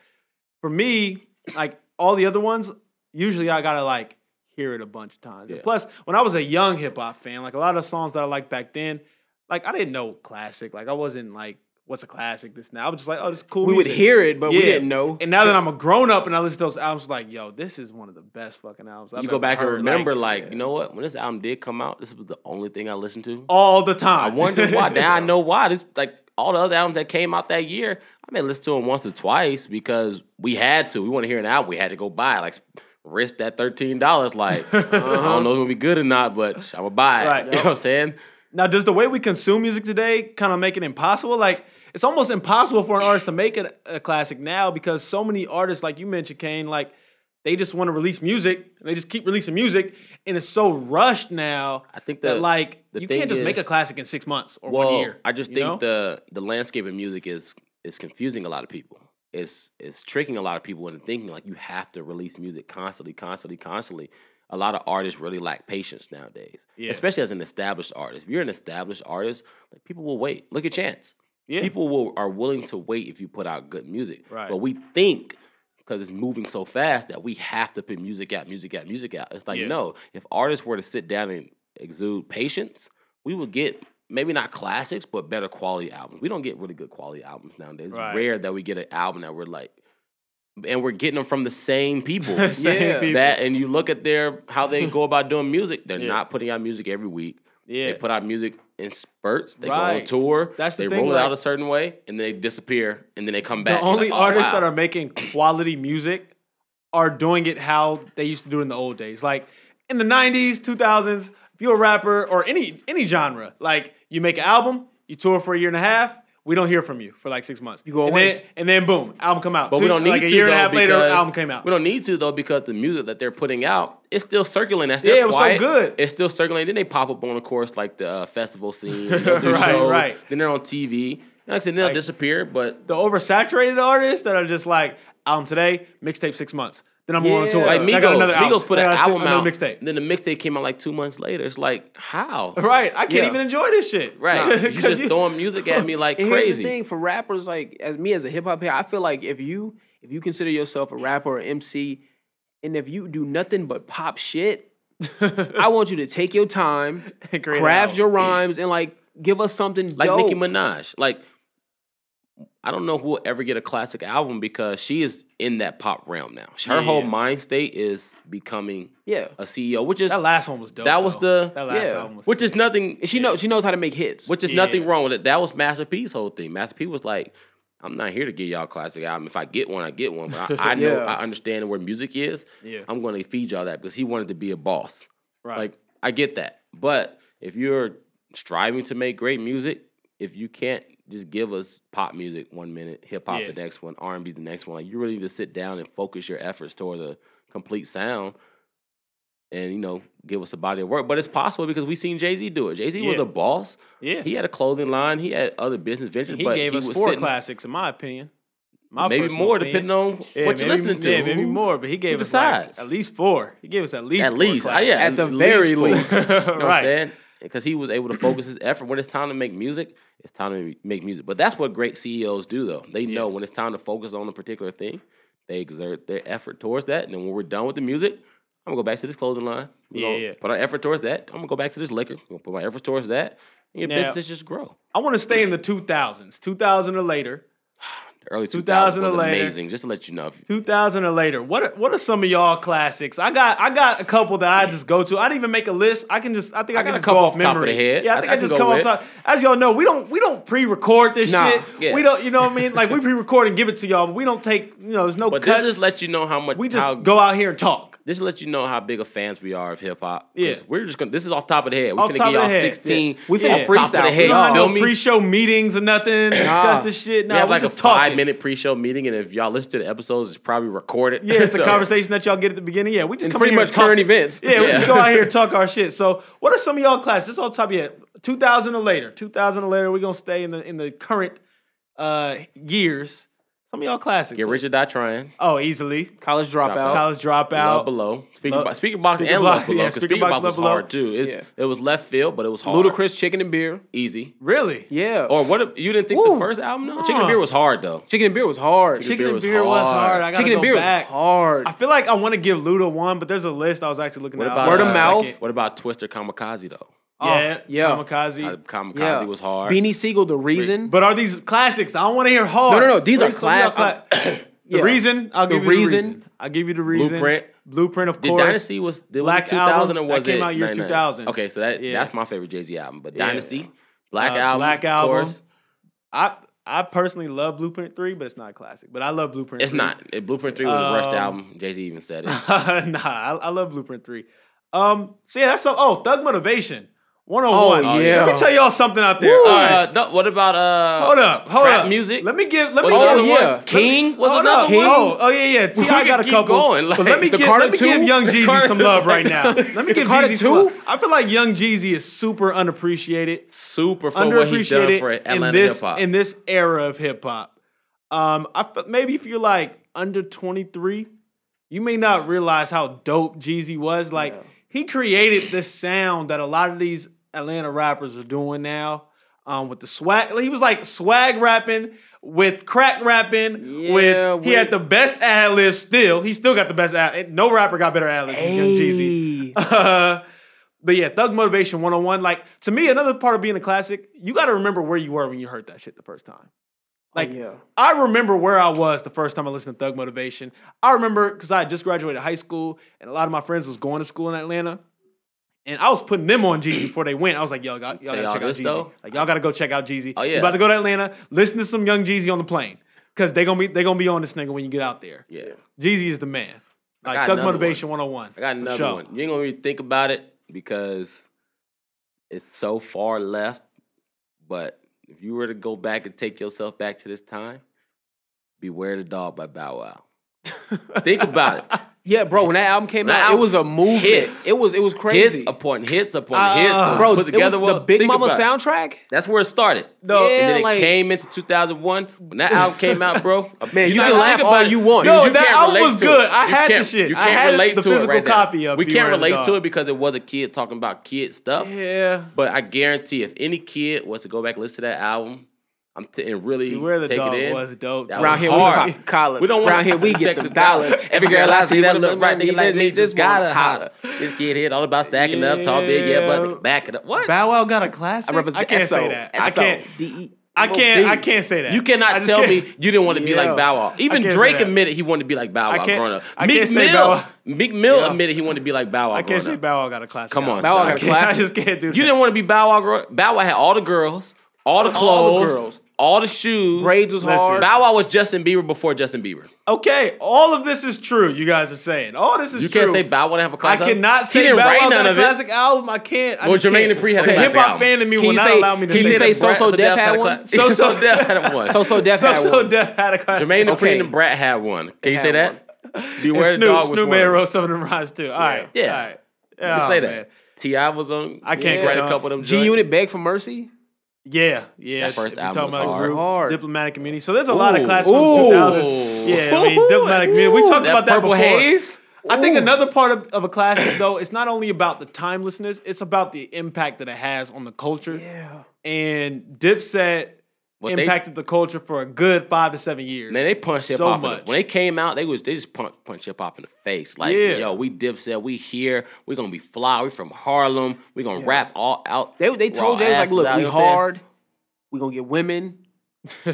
for me, like all the other ones, usually I gotta like hear it a bunch of times. And Yeah. Plus, when I was a young hip hop fan, like a lot of the songs that I liked back then, like I didn't know classic. Like I wasn't like, what's a classic? This now I was just like, oh, this is cool. "We would music. hear it, but we Yeah. didn't know." And now that I'm a grown up and I listen to those albums, like, yo, this is one of the best fucking albums. I've you go ever back and heard, remember, like, like, you know what? When this album did come out, this was the only thing I listened to. all the I time. wonder why. now I know why. This like all the other albums that came out that year. I may listen to them once or twice because we had to. We want to hear an album. We had to go buy. it. Like risk that thirteen dollars. Like I don't know if it'll be good or not, but I'm gonna buy it. Uh-huh. Right. You know what I'm saying? Now, does the way we consume music today kind of make it impossible? Like, it's almost impossible for an artist to make it a classic now because so many artists, like you mentioned, Kane, like they just want to release music and they just keep releasing music, and it's so rushed now. I think that the- like the you can't thing just make a is- classic in six months or well, one year. I just you think know? the the landscape of music is is confusing a lot of people. It's it's tricking a lot of people into thinking like you have to release music constantly, constantly, constantly. A lot of artists really lack patience nowadays, Yeah. especially as an established artist. If you're an established artist, like people will wait. Look at Chance. Yeah. People will, are willing to wait if you put out good music. Right. But we think because it's moving so fast that we have to put music out, music out, music out. It's like Yeah. no. If artists were to sit down and exude patience, we would get maybe not classics, but better quality albums. We don't get really good quality albums nowadays. Right. It's rare that we get an album that we're like, and we're getting them from the same people. Same Yeah. people. That and you look at their how they go about doing music. They're Yeah. not putting out music every week. yeah. They put out music in spurts. They Right. go on tour. That's the they thing, roll it out like- a certain way, and then they disappear, and then they come back. the and you're only like, "Oh, artists wow." that are making quality music are doing it how they used to do it in the old days. Like in the 90s, 2000s, if you're a rapper or any any genre, like you make an album, you tour for a year and a half, we don't hear from you for like six months. You go and away. Then, and then boom, album come out. But Two- we don't need like to. a year and a though, half later, because- album came out. We don't need to though because the music that they're putting out is still circulating. That's their Yeah, it was so quiet. good. It's still circulating. Then they pop up on a course like the uh, festival scene, and they'll do Right, shows. right. Then they're on TV. And Like I said, they'll Like- disappear. But the oversaturated artists that are just like album today, mixtape six months. Then I'm going on Yeah. tour. like Then I got Migos, another album. Migos put Then an I got album out, another mixtape. Then the mixtape came out like two months later. It's like how. Right, I can't Yeah. even enjoy this shit. Right, you 'Cause just you- throwing music at me like And Here's the crazy. thing for rappers, like as me as a hip hop head, I feel like if you if you consider yourself a rapper or MC, and if you do nothing but pop shit, I want you to take your time, And create an craft album. your rhymes, and like give us something like dope. Nicki Minaj. Like I don't know who will ever get a classic album because she is in that pop realm now. Her Yeah. whole mind state is becoming yeah, a CEO, which is That last one was dope. That was though. the- that last yeah. album was which is nothing. and she knows she knows how to make hits. which is Yeah. nothing wrong with it. That was Master P's whole thing. Master P was like, I'm not here to give y'all a classic album. If I get one, I get one. But I, I know Yeah. I understand where music is. Yeah. I'm gonna feed y'all that because he wanted to be a boss. right. Like I get that, but if you're striving to make great music, if you can't just give us pop music one minute, hip hop Yeah. the next one, R and B the next one, like you really need to sit down and focus your efforts towards a complete sound, and you know give us a body of work. But it's possible because we've seen Jay Z do it. Jay Z was Yeah. a boss. yeah, He he, had a clothing line. He had other business ventures. but gave he us was four sitting- classics, in my opinion. My maybe personal more, opinion. depending on Yeah, what maybe- you're listening to. Yeah, maybe more, but he gave us like decides? at least four. He gave us at least At four least, uh, yeah, At the very four. least. You know what I'm Right. saying? Because he was able to focus his effort. When it's time to make music, it's time to make music. But that's what great CEOs do, though. They know when it's time to focus on a particular thing, they exert their effort towards that. And then when we're done with the music, I'm gonna go back to this closing line. We're gonna Yeah, yeah. Put our effort towards that. I'm gonna go back to this liquor. I'm gonna put my effort towards that. And your Now- business just grow. I want to stay in the 2000s, 2000 or later. The early 2000 2000 was or later. amazing. Just to let you know, if you- 2000 or later. What are, what are some of y'all classics? I got I got a couple that I just go to. I didn't even make a list. I can just I think I, I can got a just couple go off off top of memory. the head. Yeah, I I- think I I, can just go come off with. top. As y'all know, we don't we don't pre-record this Nah, shit. yeah. We don't you know what I mean? Like we pre-record and give it to y'all, but we don't take, you know, there's no but cuts. this just lets you know how much we just how go out here and talk. This lets you know how big of fans we are of hip hop. 'Cause Yeah. we're just gonna. This is off top of the head. We're Off gonna top give of the head. y'all sixteen. We off finna top of freestyle the head. We don't You have feel no me? pre-show meetings or nothing. Discuss this shit. we Nah, have we like a just talk. five minute pre show meeting, and if y'all listen to the episodes, it's probably recorded. Yeah, it's the So, conversation that y'all get at the beginning. Yeah, we just and come pretty in here much and talk. current events. Yeah, we Yeah. just go out here and talk our shit. So, what are some of y'all classes? Just on top of your head, 2000 or later. 2000 or later, we're going to stay in the in the current uh years. Some of y'all classics. Get rich Oh. or die trying. Oh, easily. College dropout. College Love dropout. below. Speaking Love- box, speaking box Speaking and Box, love below. yeah, 'cause Speaking speaking Box, box was Love Below. hard too. It's, It was left field, but it was hard. Ludacris Chicken and Beer. easy. Really? Yeah. Or what? if- You didn't think Woo. the first album? No, Chicken and Beer was hard though. Chicken and Beer was hard. Chicken Beer and was beer was hard. hard. I got to Chicken go and Beer back. was hard. I feel like I want to give Luda one, but there's a list I was actually looking What at. about Word of uh, mouth? Yeah, What about Twister Kamikaze though? Oh, yeah. yeah. Uh, Kamikaze. Kamikaze yeah. was hard. Beanie Siegel, the reason. But are these classics? I don't want to hear hard. No, no, no. These are Some of y'all class- cla- the Yeah. reason. I'll The give you the Reason. reason. I'll give you the reason. Blueprint. Blueprint, of Did course. Dynasty was did Black Black two thousand or Album, was that came it out year 99? 2000. Okay, so that Yeah. that's my favorite Jay Z album. But Yeah. Dynasty, Black Uh, Album, Black of Album. course. I I personally love Blueprint Three, but it's not a classic. But I love Blueprint. It's 3. not. It- Blueprint Three was a rushed Um, album. Jay Z even said it. nah, I, I love Blueprint Three. Um, so yeah, that's so. Oh, Thug Motivation. One on one. Oh, yeah. Let me tell y'all something out there. Woo! All right. Uh, no, what about uh? Hold up, hold trap up. music. Let me give. Let me. What's give- the other Oh, one? yeah. King was Oh, another another one. Oh, oh, yeah, yeah. T, We I can got a keep couple. going, but let like, me the give, Carter let me give two? Young The Jeezy Carter- some love right now. Let me give Carter Jeezy two? some love. I feel like Young Jeezy is super unappreciated, Super for what he's done for underappreciated in Atlanta hip this hop. in this era of hip hop. Um, I fe- maybe if you're like under 23, you may not realize how dope Jeezy was. Like he created this sound that a lot of these Atlanta rappers are doing now. um, with the swag. He was like swag rapping with crack rapping. with, Yeah, he had with- the best ad lib. Still, he still got the best ad. No rapper got better ad libs than Young Jeezy. Hey. Uh, but yeah, Thug Motivation 101. Like, to me, another part of being a classic, you got to remember where you were when you heard that shit the first time. Like, oh, yeah. I remember where I was the first time I listened to Thug Motivation. I remember because I had just graduated high school and a lot of my friends was going to school in Atlanta. And I was putting them on Jeezy before they went. I was like, yo, y'all, y'all Say gotta all check out this, Jeezy. though? Like, y'all gotta go check out Jeezy. Oh, You yeah. about to go to Atlanta, listen to some young Jeezy on the plane. Cause they gonna be they gonna be on this nigga when you get out there. Yeah. Jeezy is the man. I Like got Thug another Motivation 101. I got for another sure. one. You ain't gonna really think about it because it's so far left. But if you were to go back and take yourself back to this time, "Beware the Dog" by Bow Wow. think about it. Yeah, bro. When that album came That out, album it was a movement. hits. It was it was crazy. uh, Hits upon hits upon Ah. hits. that was bro, put it together was the well. Big Think Mama about it. soundtrack. That's where it started. No. and then Yeah, it like- came into 2001. When that album came out, bro, Man, you not can gonna laugh think all about it. you want. Yo, Because that can't album relate was to good. it. I You had the can't- shit. You I can't had relate the to it physical right now. copy of We Beware can't the relate to Dog. it because it was a kid talking about kid stuff. Yeah. But I guarantee, if any kid was to go back and listen to that album, I'm t- and really Beware the take Dog it in. was dope. That Around was here, hard. we pop collars. We don't want Around here, we get the the dollars. Every girl I see that wanna look right, nigga like me just gotta holler. This kid here all about stacking up, tall big, yeah, but nigga, back it up. What? Bow Wow got a classic. I represent can't SO, say that. I SO, can't. DE. I can't. I can't say that. You I cannot just tell can't. me you didn't want to be Yeah. like Bow Wow. Even can't say Drake that. admitted he wanted to be like Bow I Wow can't- growing up. I Meek can't say Mill, Bow Wow. Meek Mill Yeah. admitted he wanted to be like Bow Wow. I growing can't say up. Bow Wow got a classic. Come on, album. Bow Wow son. I, got can't- I classic. just can't do that. You didn't want to be Bow Wow. Grow- Bow Wow had all the girls, all the clothes, All the girls. all the shoes. Braids was Listen. hard. Bow Wow was Justin Bieber before Justin Bieber. okay, all of this is true. You guys are saying all this is You true. can't say Bow Wow didn't have a I classic. cannot he say didn't Bow write Wow none got a of it. classic album. I can't. I Well, just Jermaine can't. Dupri had a Okay, classic hip hop album. fan in me Can will you not say- allow me to can you say say that. So So Def had one? So So Def had one. So so deaf So had so one. Def had a classic. Jermaine Dupri Okay. and Brat had one. Can you had say that? and Beware the Snoop. dog was Snoop one. may have wrote some of them rhymes too. All right. Yeah. All right. You can Oh, say man. that. Ti was on. I can't he write get a on. couple of them. G Unit beg for mercy. Yeah, yeah. That first if you're album talking was about hard. group, Hard. Diplomatic Immunity. So there's a lot of Ooh. classics from Ooh. 2000s. Yeah, I mean, Diplomatic Immunity. We talked That about that Purple before. Haze? I think Ooh. another part of, of a classic, though, it's not only about the timelessness, it's about the impact that it has on the culture. Yeah. And Dipset But they- impacted the culture for a good five to seven years. Man, they punched hip So hop. much. when they came out, they was they just punch punch hip hop in the face. Like, Yeah. yo, we dipset, we here, we gonna be fly, we from Harlem, we gonna rap all out. They they told raw James like, asses look, out, we you know what I'm saying? hard. We gonna get women.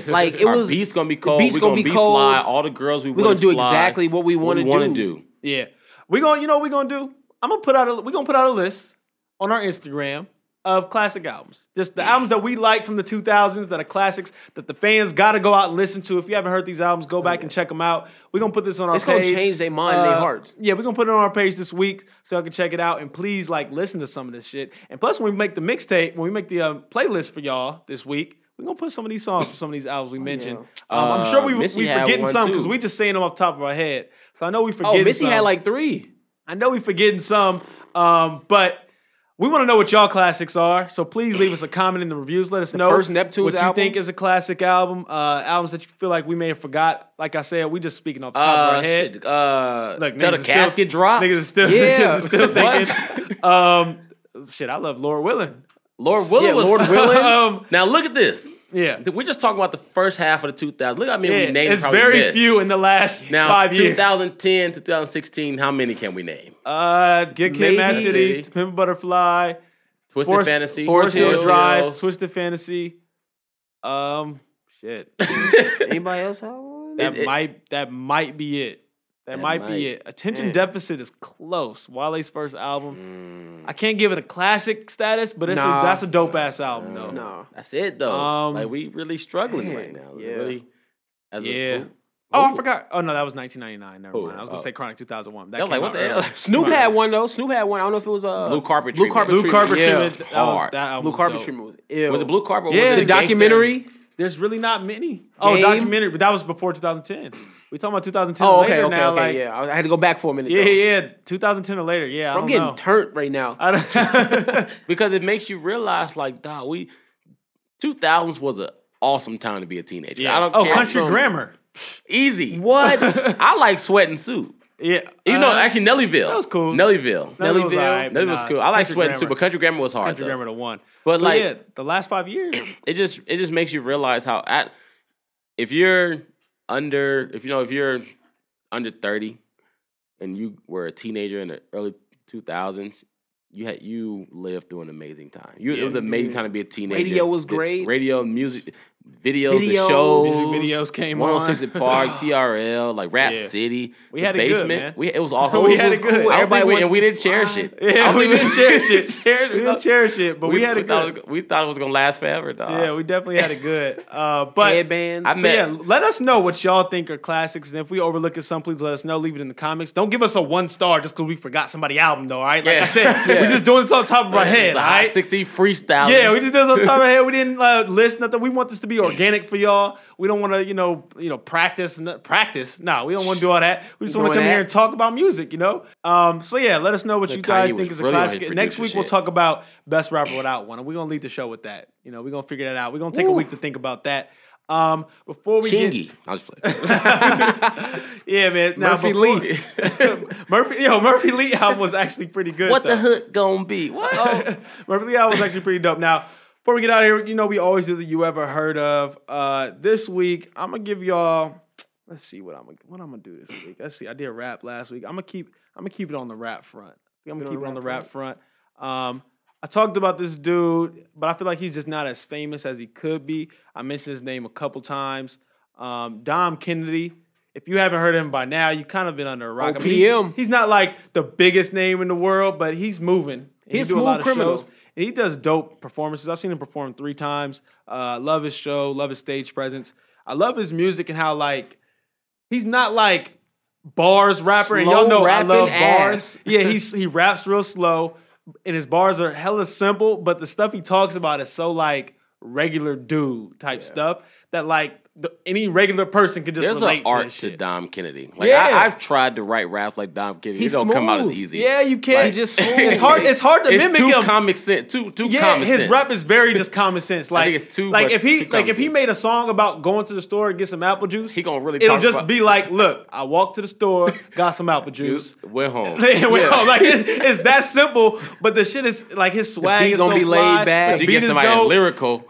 Like it Our was. beats gonna be cold. beats we gonna be cold. Oh, fly. All the girls we We gonna do exactly what we wanna want to do. do. yeah. We're going, to you know what we're going to do? I'm going to put out a, we're going to put out a list on our Instagram of classic albums. Just the albums that we like from the 2000s that are classics that the fans got to go out and listen to. If you haven't heard these albums, go back and check them out. We're going to put this on our It's gonna page. change their mind, and Uh, their hearts. Yeah, we're gonna put it on our page this week so y'all can check it out and please like listen to some of this shit. And plus, when we make the mixtape, when we make the uh, playlist for y'all this week, we're gonna put some of these songs from some of these albums we mentioned. Um, I'm sure we Uh, we Missy had forgetting one some because too. we just saying them off the top of our head. So I know we forgetting. Oh, Missy some. had like three. I know we forgetting some, um, but. We want to know what y'all classics are, so please leave us a comment in the reviews. Let us know first Neptune's what you album? think is a classic album, uh, albums that you feel like we may have forgot. Like I said, we just speaking off the top of Uh, our head. shit. Uh, Look, till niggas the is still- casket drop. Niggas is still, niggas Yeah. is still thinking. What? um, shit, I love Laura Willing. Lord willing, Yeah, was- Lord willing. Um, now look at this. Yeah, We're just talking about the first half of the 2000s. Look, I mean, Yeah, we named it's probably very this. few in the last Now, five years. 2010 to 2016, how many can we name? Uh, Get Kid, Mad Maybe. City, Pimp Butterfly, Twisted Forest- Fantasy, Forest Hill Hill Hills, Drive, Twisted Fantasy. Um, shit, Anybody else have one? that It- it- might that might be it. That, That might, might. be it. Attention Man. Deficit is close. Wale's first Mm. album. I can't give it a classic status, but it's Nah. a, that's a dope ass album though. No. That's it though. Um, like we really struggling right dang, now. yeah. Really, as Yeah. A, who- Oh, I who- forgot. Oh no, that was 1999. Never Who? mind. I was gonna Oh. say Chronic 2001. That I was like, came what out the hell? early. Snoop had one though. Snoop had one. I don't know if it was uh Blue carpet Blue treatment. carpet Blue Carpet yeah. Treatment. That was, Hard. that album Blue was carpet dope. treatment was ill. Was it blue carpet? or Yeah, was The it gangster? documentary. There's really not many. Oh, Game. documentary, but that was before 2010. We talking about 2010 Oh, or okay, later okay, now. okay. like, yeah, I I had to go back for a minute. yeah, though. yeah, yeah, 2010 or later. Yeah, I I'm don't getting know. turned right now. I don't- because it makes you realize, like, dog, we 2000s was an awesome time to be a teenager. I don't oh, care. Country So, Grammar. easy. What? I like sweat and suit. Yeah, You know, uh, actually Nellyville. that was cool. Nellyville. Nellyville was Nellyville. alright, but Nellyville was nah, cool. I like Country sweating too, Grammar. but Country Grammar was hard. Country though. Grammar to one. But But like yeah, the last five years, it just it just makes you realize how at if you're under if you know if you're under 30 and you were a teenager in the early 2000s you had you lived through an amazing time you, it was an amazing time to be a teenager Radio was The- great. radio music videos, Videos. the shows music videos came on. 106 at Park, TRL, like Rap Yeah. City. We the had it good, basement. man. We it was awesome. We It had was it good. I don't Everybody think we, went and we didn't fly. cherish it. I yeah, don't we think didn't cherish it. cherish We didn't cherish it, but we, had it thought good. it was, we thought it was gonna last forever, dog. yeah, we definitely had it good. Uh, but Headbands. I So met- yeah, let us know what y'all think are classics, and if we overlook it, some please let us know. Leave it in the comments. Don't give us a one star just because we forgot somebody's album, though. All right, like I Yeah. said, Yeah. we're just doing this off the top of our head. The All Hot right, 60 freestyle. yeah, we just did this off the top of our head. We didn't uh, list nothing. We want this to be organic for y'all. We don't want to, you know, you know, practice, n- practice. No, we don't want to do all that. We just We're want to doing come here that. and talk about music, you know. Um, so yeah, let us know what Look, you guys Kanye think was is a really on his classic. Next producer week we'll shit. talk about best rapper without one, and we're gonna lead the show with that. You know, we're gonna figure that out. We're gonna take a week to think about that. Um, before we get, Chingy. I was playing. yeah, man. Now, Murphy before- Lee. Murphy, yo, Murphy Lee album was actually pretty good. what the though. hook gonna be? What? Oh, Murphy Lee album was actually pretty dope. Now, before we get out of here, you know we always do the you ever heard of. Uh, this week I'm gonna give y'all. Let's see what I'm gonna what I'm gonna do this week. Let's see. I did rap last week. I'm gonna keep I'm gonna keep it on the rap front. I am gonna keep it on the rap front. Um, I talked about this dude, but I feel like he's just not as famous as he could be. I mentioned his name a couple times. Um, Dom Kennedy. If you haven't heard of him by now, you kind of been under a rock. I mean, he- OPM. he's not like the biggest name in the world, but he's moving. And He's he do a lot smooth of criminal. shows. And he does dope performances. I've seen him perform three times. Uh, love his show. Love his stage presence. I love his music and how like he's not like bars rapper. and y'all Slow know I rapping love bars. ass. Yeah, he's he raps real slow, and his bars are hella simple. But the stuff he talks about is so like regular dude type stuff that like the, any regular person could just there's relate an art to, to, that shit. Dom Kennedy. Like Yeah. I, I've tried to write rap like Dom Kennedy. He's it don't come out as smooth. easy. Yeah, you can't. He Like- just smooth. it's hard. It's hard to It's mimic too him. comic sense. Too too yeah, common his sense. rap is very just common sense. Like it's too like much- if he like too common if he sense. made a song about going to the store and get some apple juice, He gonna really it'll talk just about- be like, look, I walked to the store, got some apple juice. Went home. Yeah, well, like it- it's that simple. But the shit is like his swag beat is gonna so be laid fly, back. But the you beat get is somebody dope. that's lyrical.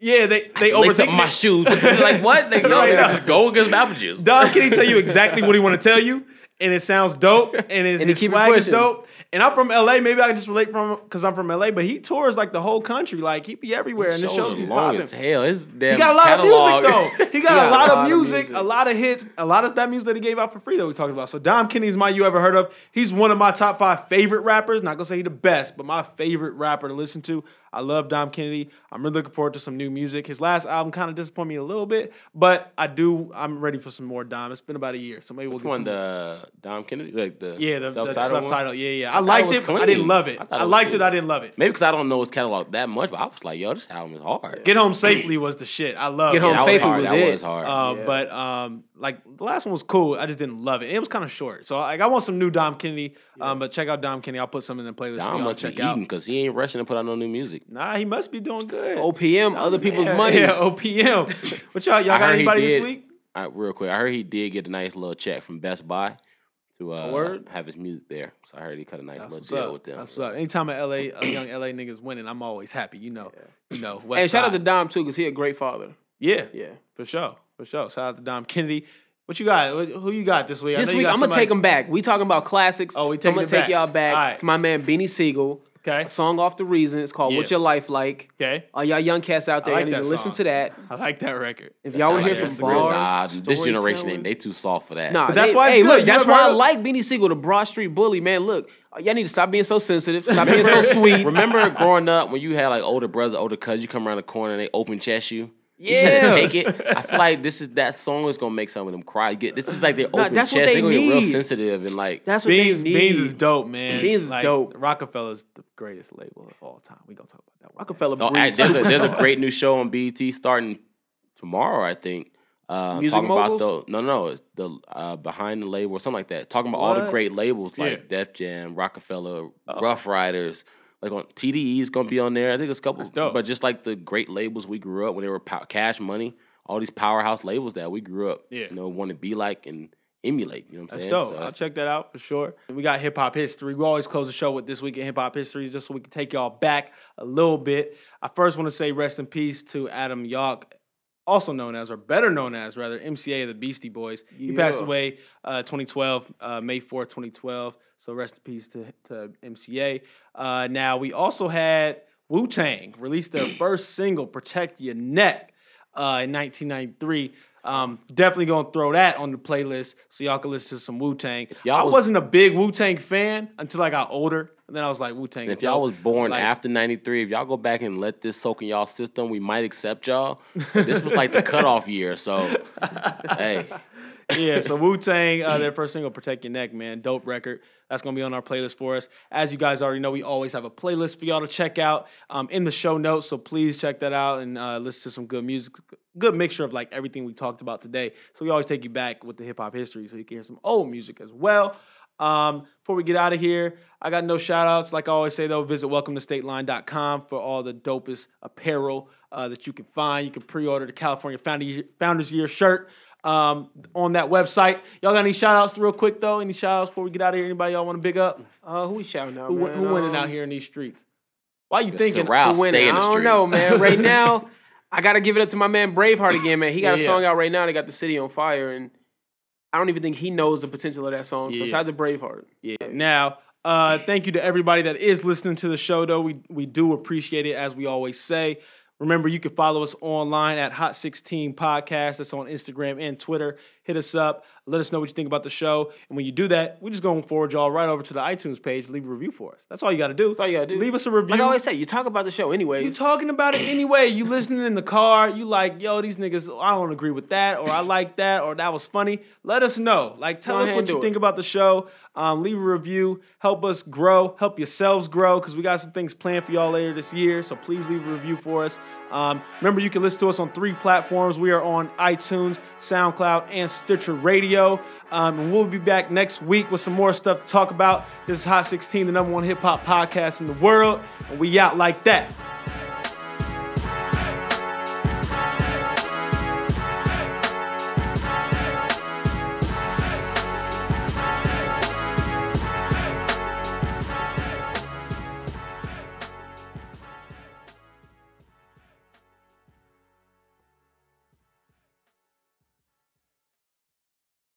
Yeah, they they Lace up overthink my it. shoes. like what? Like, no, Right man, now. just go against apple juice. Dom Kitty tell you exactly what he want to tell you, and it sounds dope, and his, And he his keep it swag is pushing. dope. And I'm from LA, maybe I can just relate from because I'm from LA. But he tours like the whole country, like he be everywhere, and the Shows shows are be long popping. as hell. His damn He got a lot catalog. of music though. He got, a lot, of, music, music. a lot of hits, a lot of that music that he gave out for free that we talked about. So Dom Kennedy's my you ever heard of. He's one of my top five favorite rappers. Not gonna say he the best, but my favorite rapper to listen to. I love Dom Kennedy. I'm really looking forward to some new music. His last album kind of disappointed me a little bit, but I do. I'm ready for some more Dom. It's been about a year, so maybe we'll Which get one? some. The Dom Kennedy, like the yeah, the, the self-titled self one? title. Yeah, yeah. I, it liked was it. I didn't clean. love it. I thought I, it was liked cool. it. I didn't love it. Maybe because I don't know his catalog that much, but I was like, yo, this album is hard. Get home safely was the shit. I love Get Home that Safely was hard. was that it. was hard. Uh, But um, like the last one was cool. I just didn't love it. It was kind of short. So like I want some new Dom Kennedy. Um, but check out Dom Kennedy. I'll put some in the playlist for y'all Dom to must be check eating out. because he ain't rushing to put out no new music. Nah, he must be doing good. OPM, other people's money. Oh, Yeah, OPM. what y'all y'all I got heard he anybody this did- week? I, real quick, I heard he did get a nice little check from Best Buy to uh, word? have his music there. So I heard he cut a nice little What's deal up? with them. What's up? Anytime a LA a young LA nigga's winning, I'm always happy. You know, you know. West Hey, shout out to Side. Dom too, because he a great father. yeah, Yeah. for sure, for sure. Shout out to Dom Kennedy. What you got? What- Who you got this week? I This know you week got I'm gonna somebody- take them back. We talking about classics. Oh, we so taking I'm gonna it take back. y'all back All right. to my man Benny Siegel. Okay. A song off the reason. It's called Yeah. "What's Your Life Like." Okay. All y'all young cats out there, like y'all need that to listen song. to that. I like that record. If y'all want to hear Like, some that's real- Nah, bars, this generation storytelling. ain't they too soft for that. Nah, that's they- why it's hey, good. look, You that's ever why I heard of- like Beanie Siegel, the Broad Street Bully. Man, look, y'all need to stop being so sensitive. Stop being so sweet. Remember growing up when you had like older brothers, older cousins, you come around the corner and they open chest you. You just Yeah. had to take it. I feel like this is that song is gonna make some of them cry. You Get, this is like their open that's chest. what they are gonna get real need. sensitive and like That's what Beans, they need. Beans is dope, man. Beans is Like, dope. Rockefeller's the greatest label of all time. We gonna talk about that. One Rockefeller Oh, breeds act- there's, a, there's a superstars. great new show on BET starting tomorrow, I think. Uh, Music talking Moguls? about the no, no, it's the uh, behind the label or something like that. Talking about all What? the great labels like Yeah. Oh. Def Jam, Rockefeller, Rough Riders. Like on TDE is gonna be on there. I think it's a couple, dope. but just like the great labels we grew up when they were pow- Cash Money, all these powerhouse labels that we grew up, Yeah. you know, want to be like and emulate. You know what I'm That's saying? dope. So I'll that's- check that out for sure. We got hip hop history. We always close the show with this week in hip hop history just so we can take y'all back a little bit. I first want to say rest in peace to Adam Yauch, also known as, or better known as, rather, MCA of the Beastie Boys. He passed Yeah. away uh, 2012, uh, May 4th, 2012. So rest in peace to, to MCA. Uh, now, we also had Wu Tang release their first single, Protect Your Neck, uh, in 1993. Um, definitely gonna throw that on the playlist so y'all can listen to some Wu Tang. y'all I was- wasn't a big Wu Tang fan until I got older, and then I was like Wu Tang. if y'all was born like- after '93, if y'all go back and let this soak in y'all system, we might accept y'all. But this was like the cutoff year, so hey, yeah, so Wu Tang, uh, their first single, Protect Your Neck, man. Dope record. That's going to be on our playlist for us. As you guys already know, we always have a playlist for y'all to check out um, in the show notes. So please check that out and uh, listen to some good music. Good mixture of like everything we talked about today. So we always take you back with the hip hop history so you can hear some old music as well. Um, before we get out of here, I got no shout outs. Like I always say, though, visit welcometostateline.com for all the dopest apparel uh, that you can find. You can pre order the California Founders Founders Year shirt um, on that website. Y'all got any shout outs real quick, though? Any shout outs before we get out of here? Anybody y'all want to big up? Uh, who we shouting out? Who, man? who winning Um, out here in these streets? Why you thinking? Sorrel, who winning? stay in I the don't know, streets. man. Right now, I gotta give it up to my man Braveheart again, man. He got Yeah. a song out right now. They got the city on fire, and I don't even think he knows the potential of that song. So Yeah. shout out to Braveheart. Yeah. Now, uh, thank you to everybody that is listening to the show, though. We we do appreciate it, as we always say. Remember, you can follow us online at Hot 16 Podcast. That's on Instagram and Twitter. Hit us up. Let us know what you think about the show. And when you do that, we're just going to forward y'all right over to the iTunes page. Leave a review for us. That's all you got to do. That's all you gotta do. Leave us a review. Like I always say, you talk about the show you anyways. talking about it anyway. You listening in the car. You like, yo, these niggas. I don't agree with that, or I like that, or that was funny. Let us know. Like, tell Go us ahead what and you do think it. about the show. Um, leave a review. Help us grow. Help yourselves grow because we got some things planned for y'all later this year. So please leave a review for us. Um, remember, you can listen to us on three platforms. We are on iTunes, SoundCloud, and Stitcher Radio. Um, and we'll be back next week with some more stuff to talk about. This is Hot 16, the number one hip hop podcast in the world, and we out like that.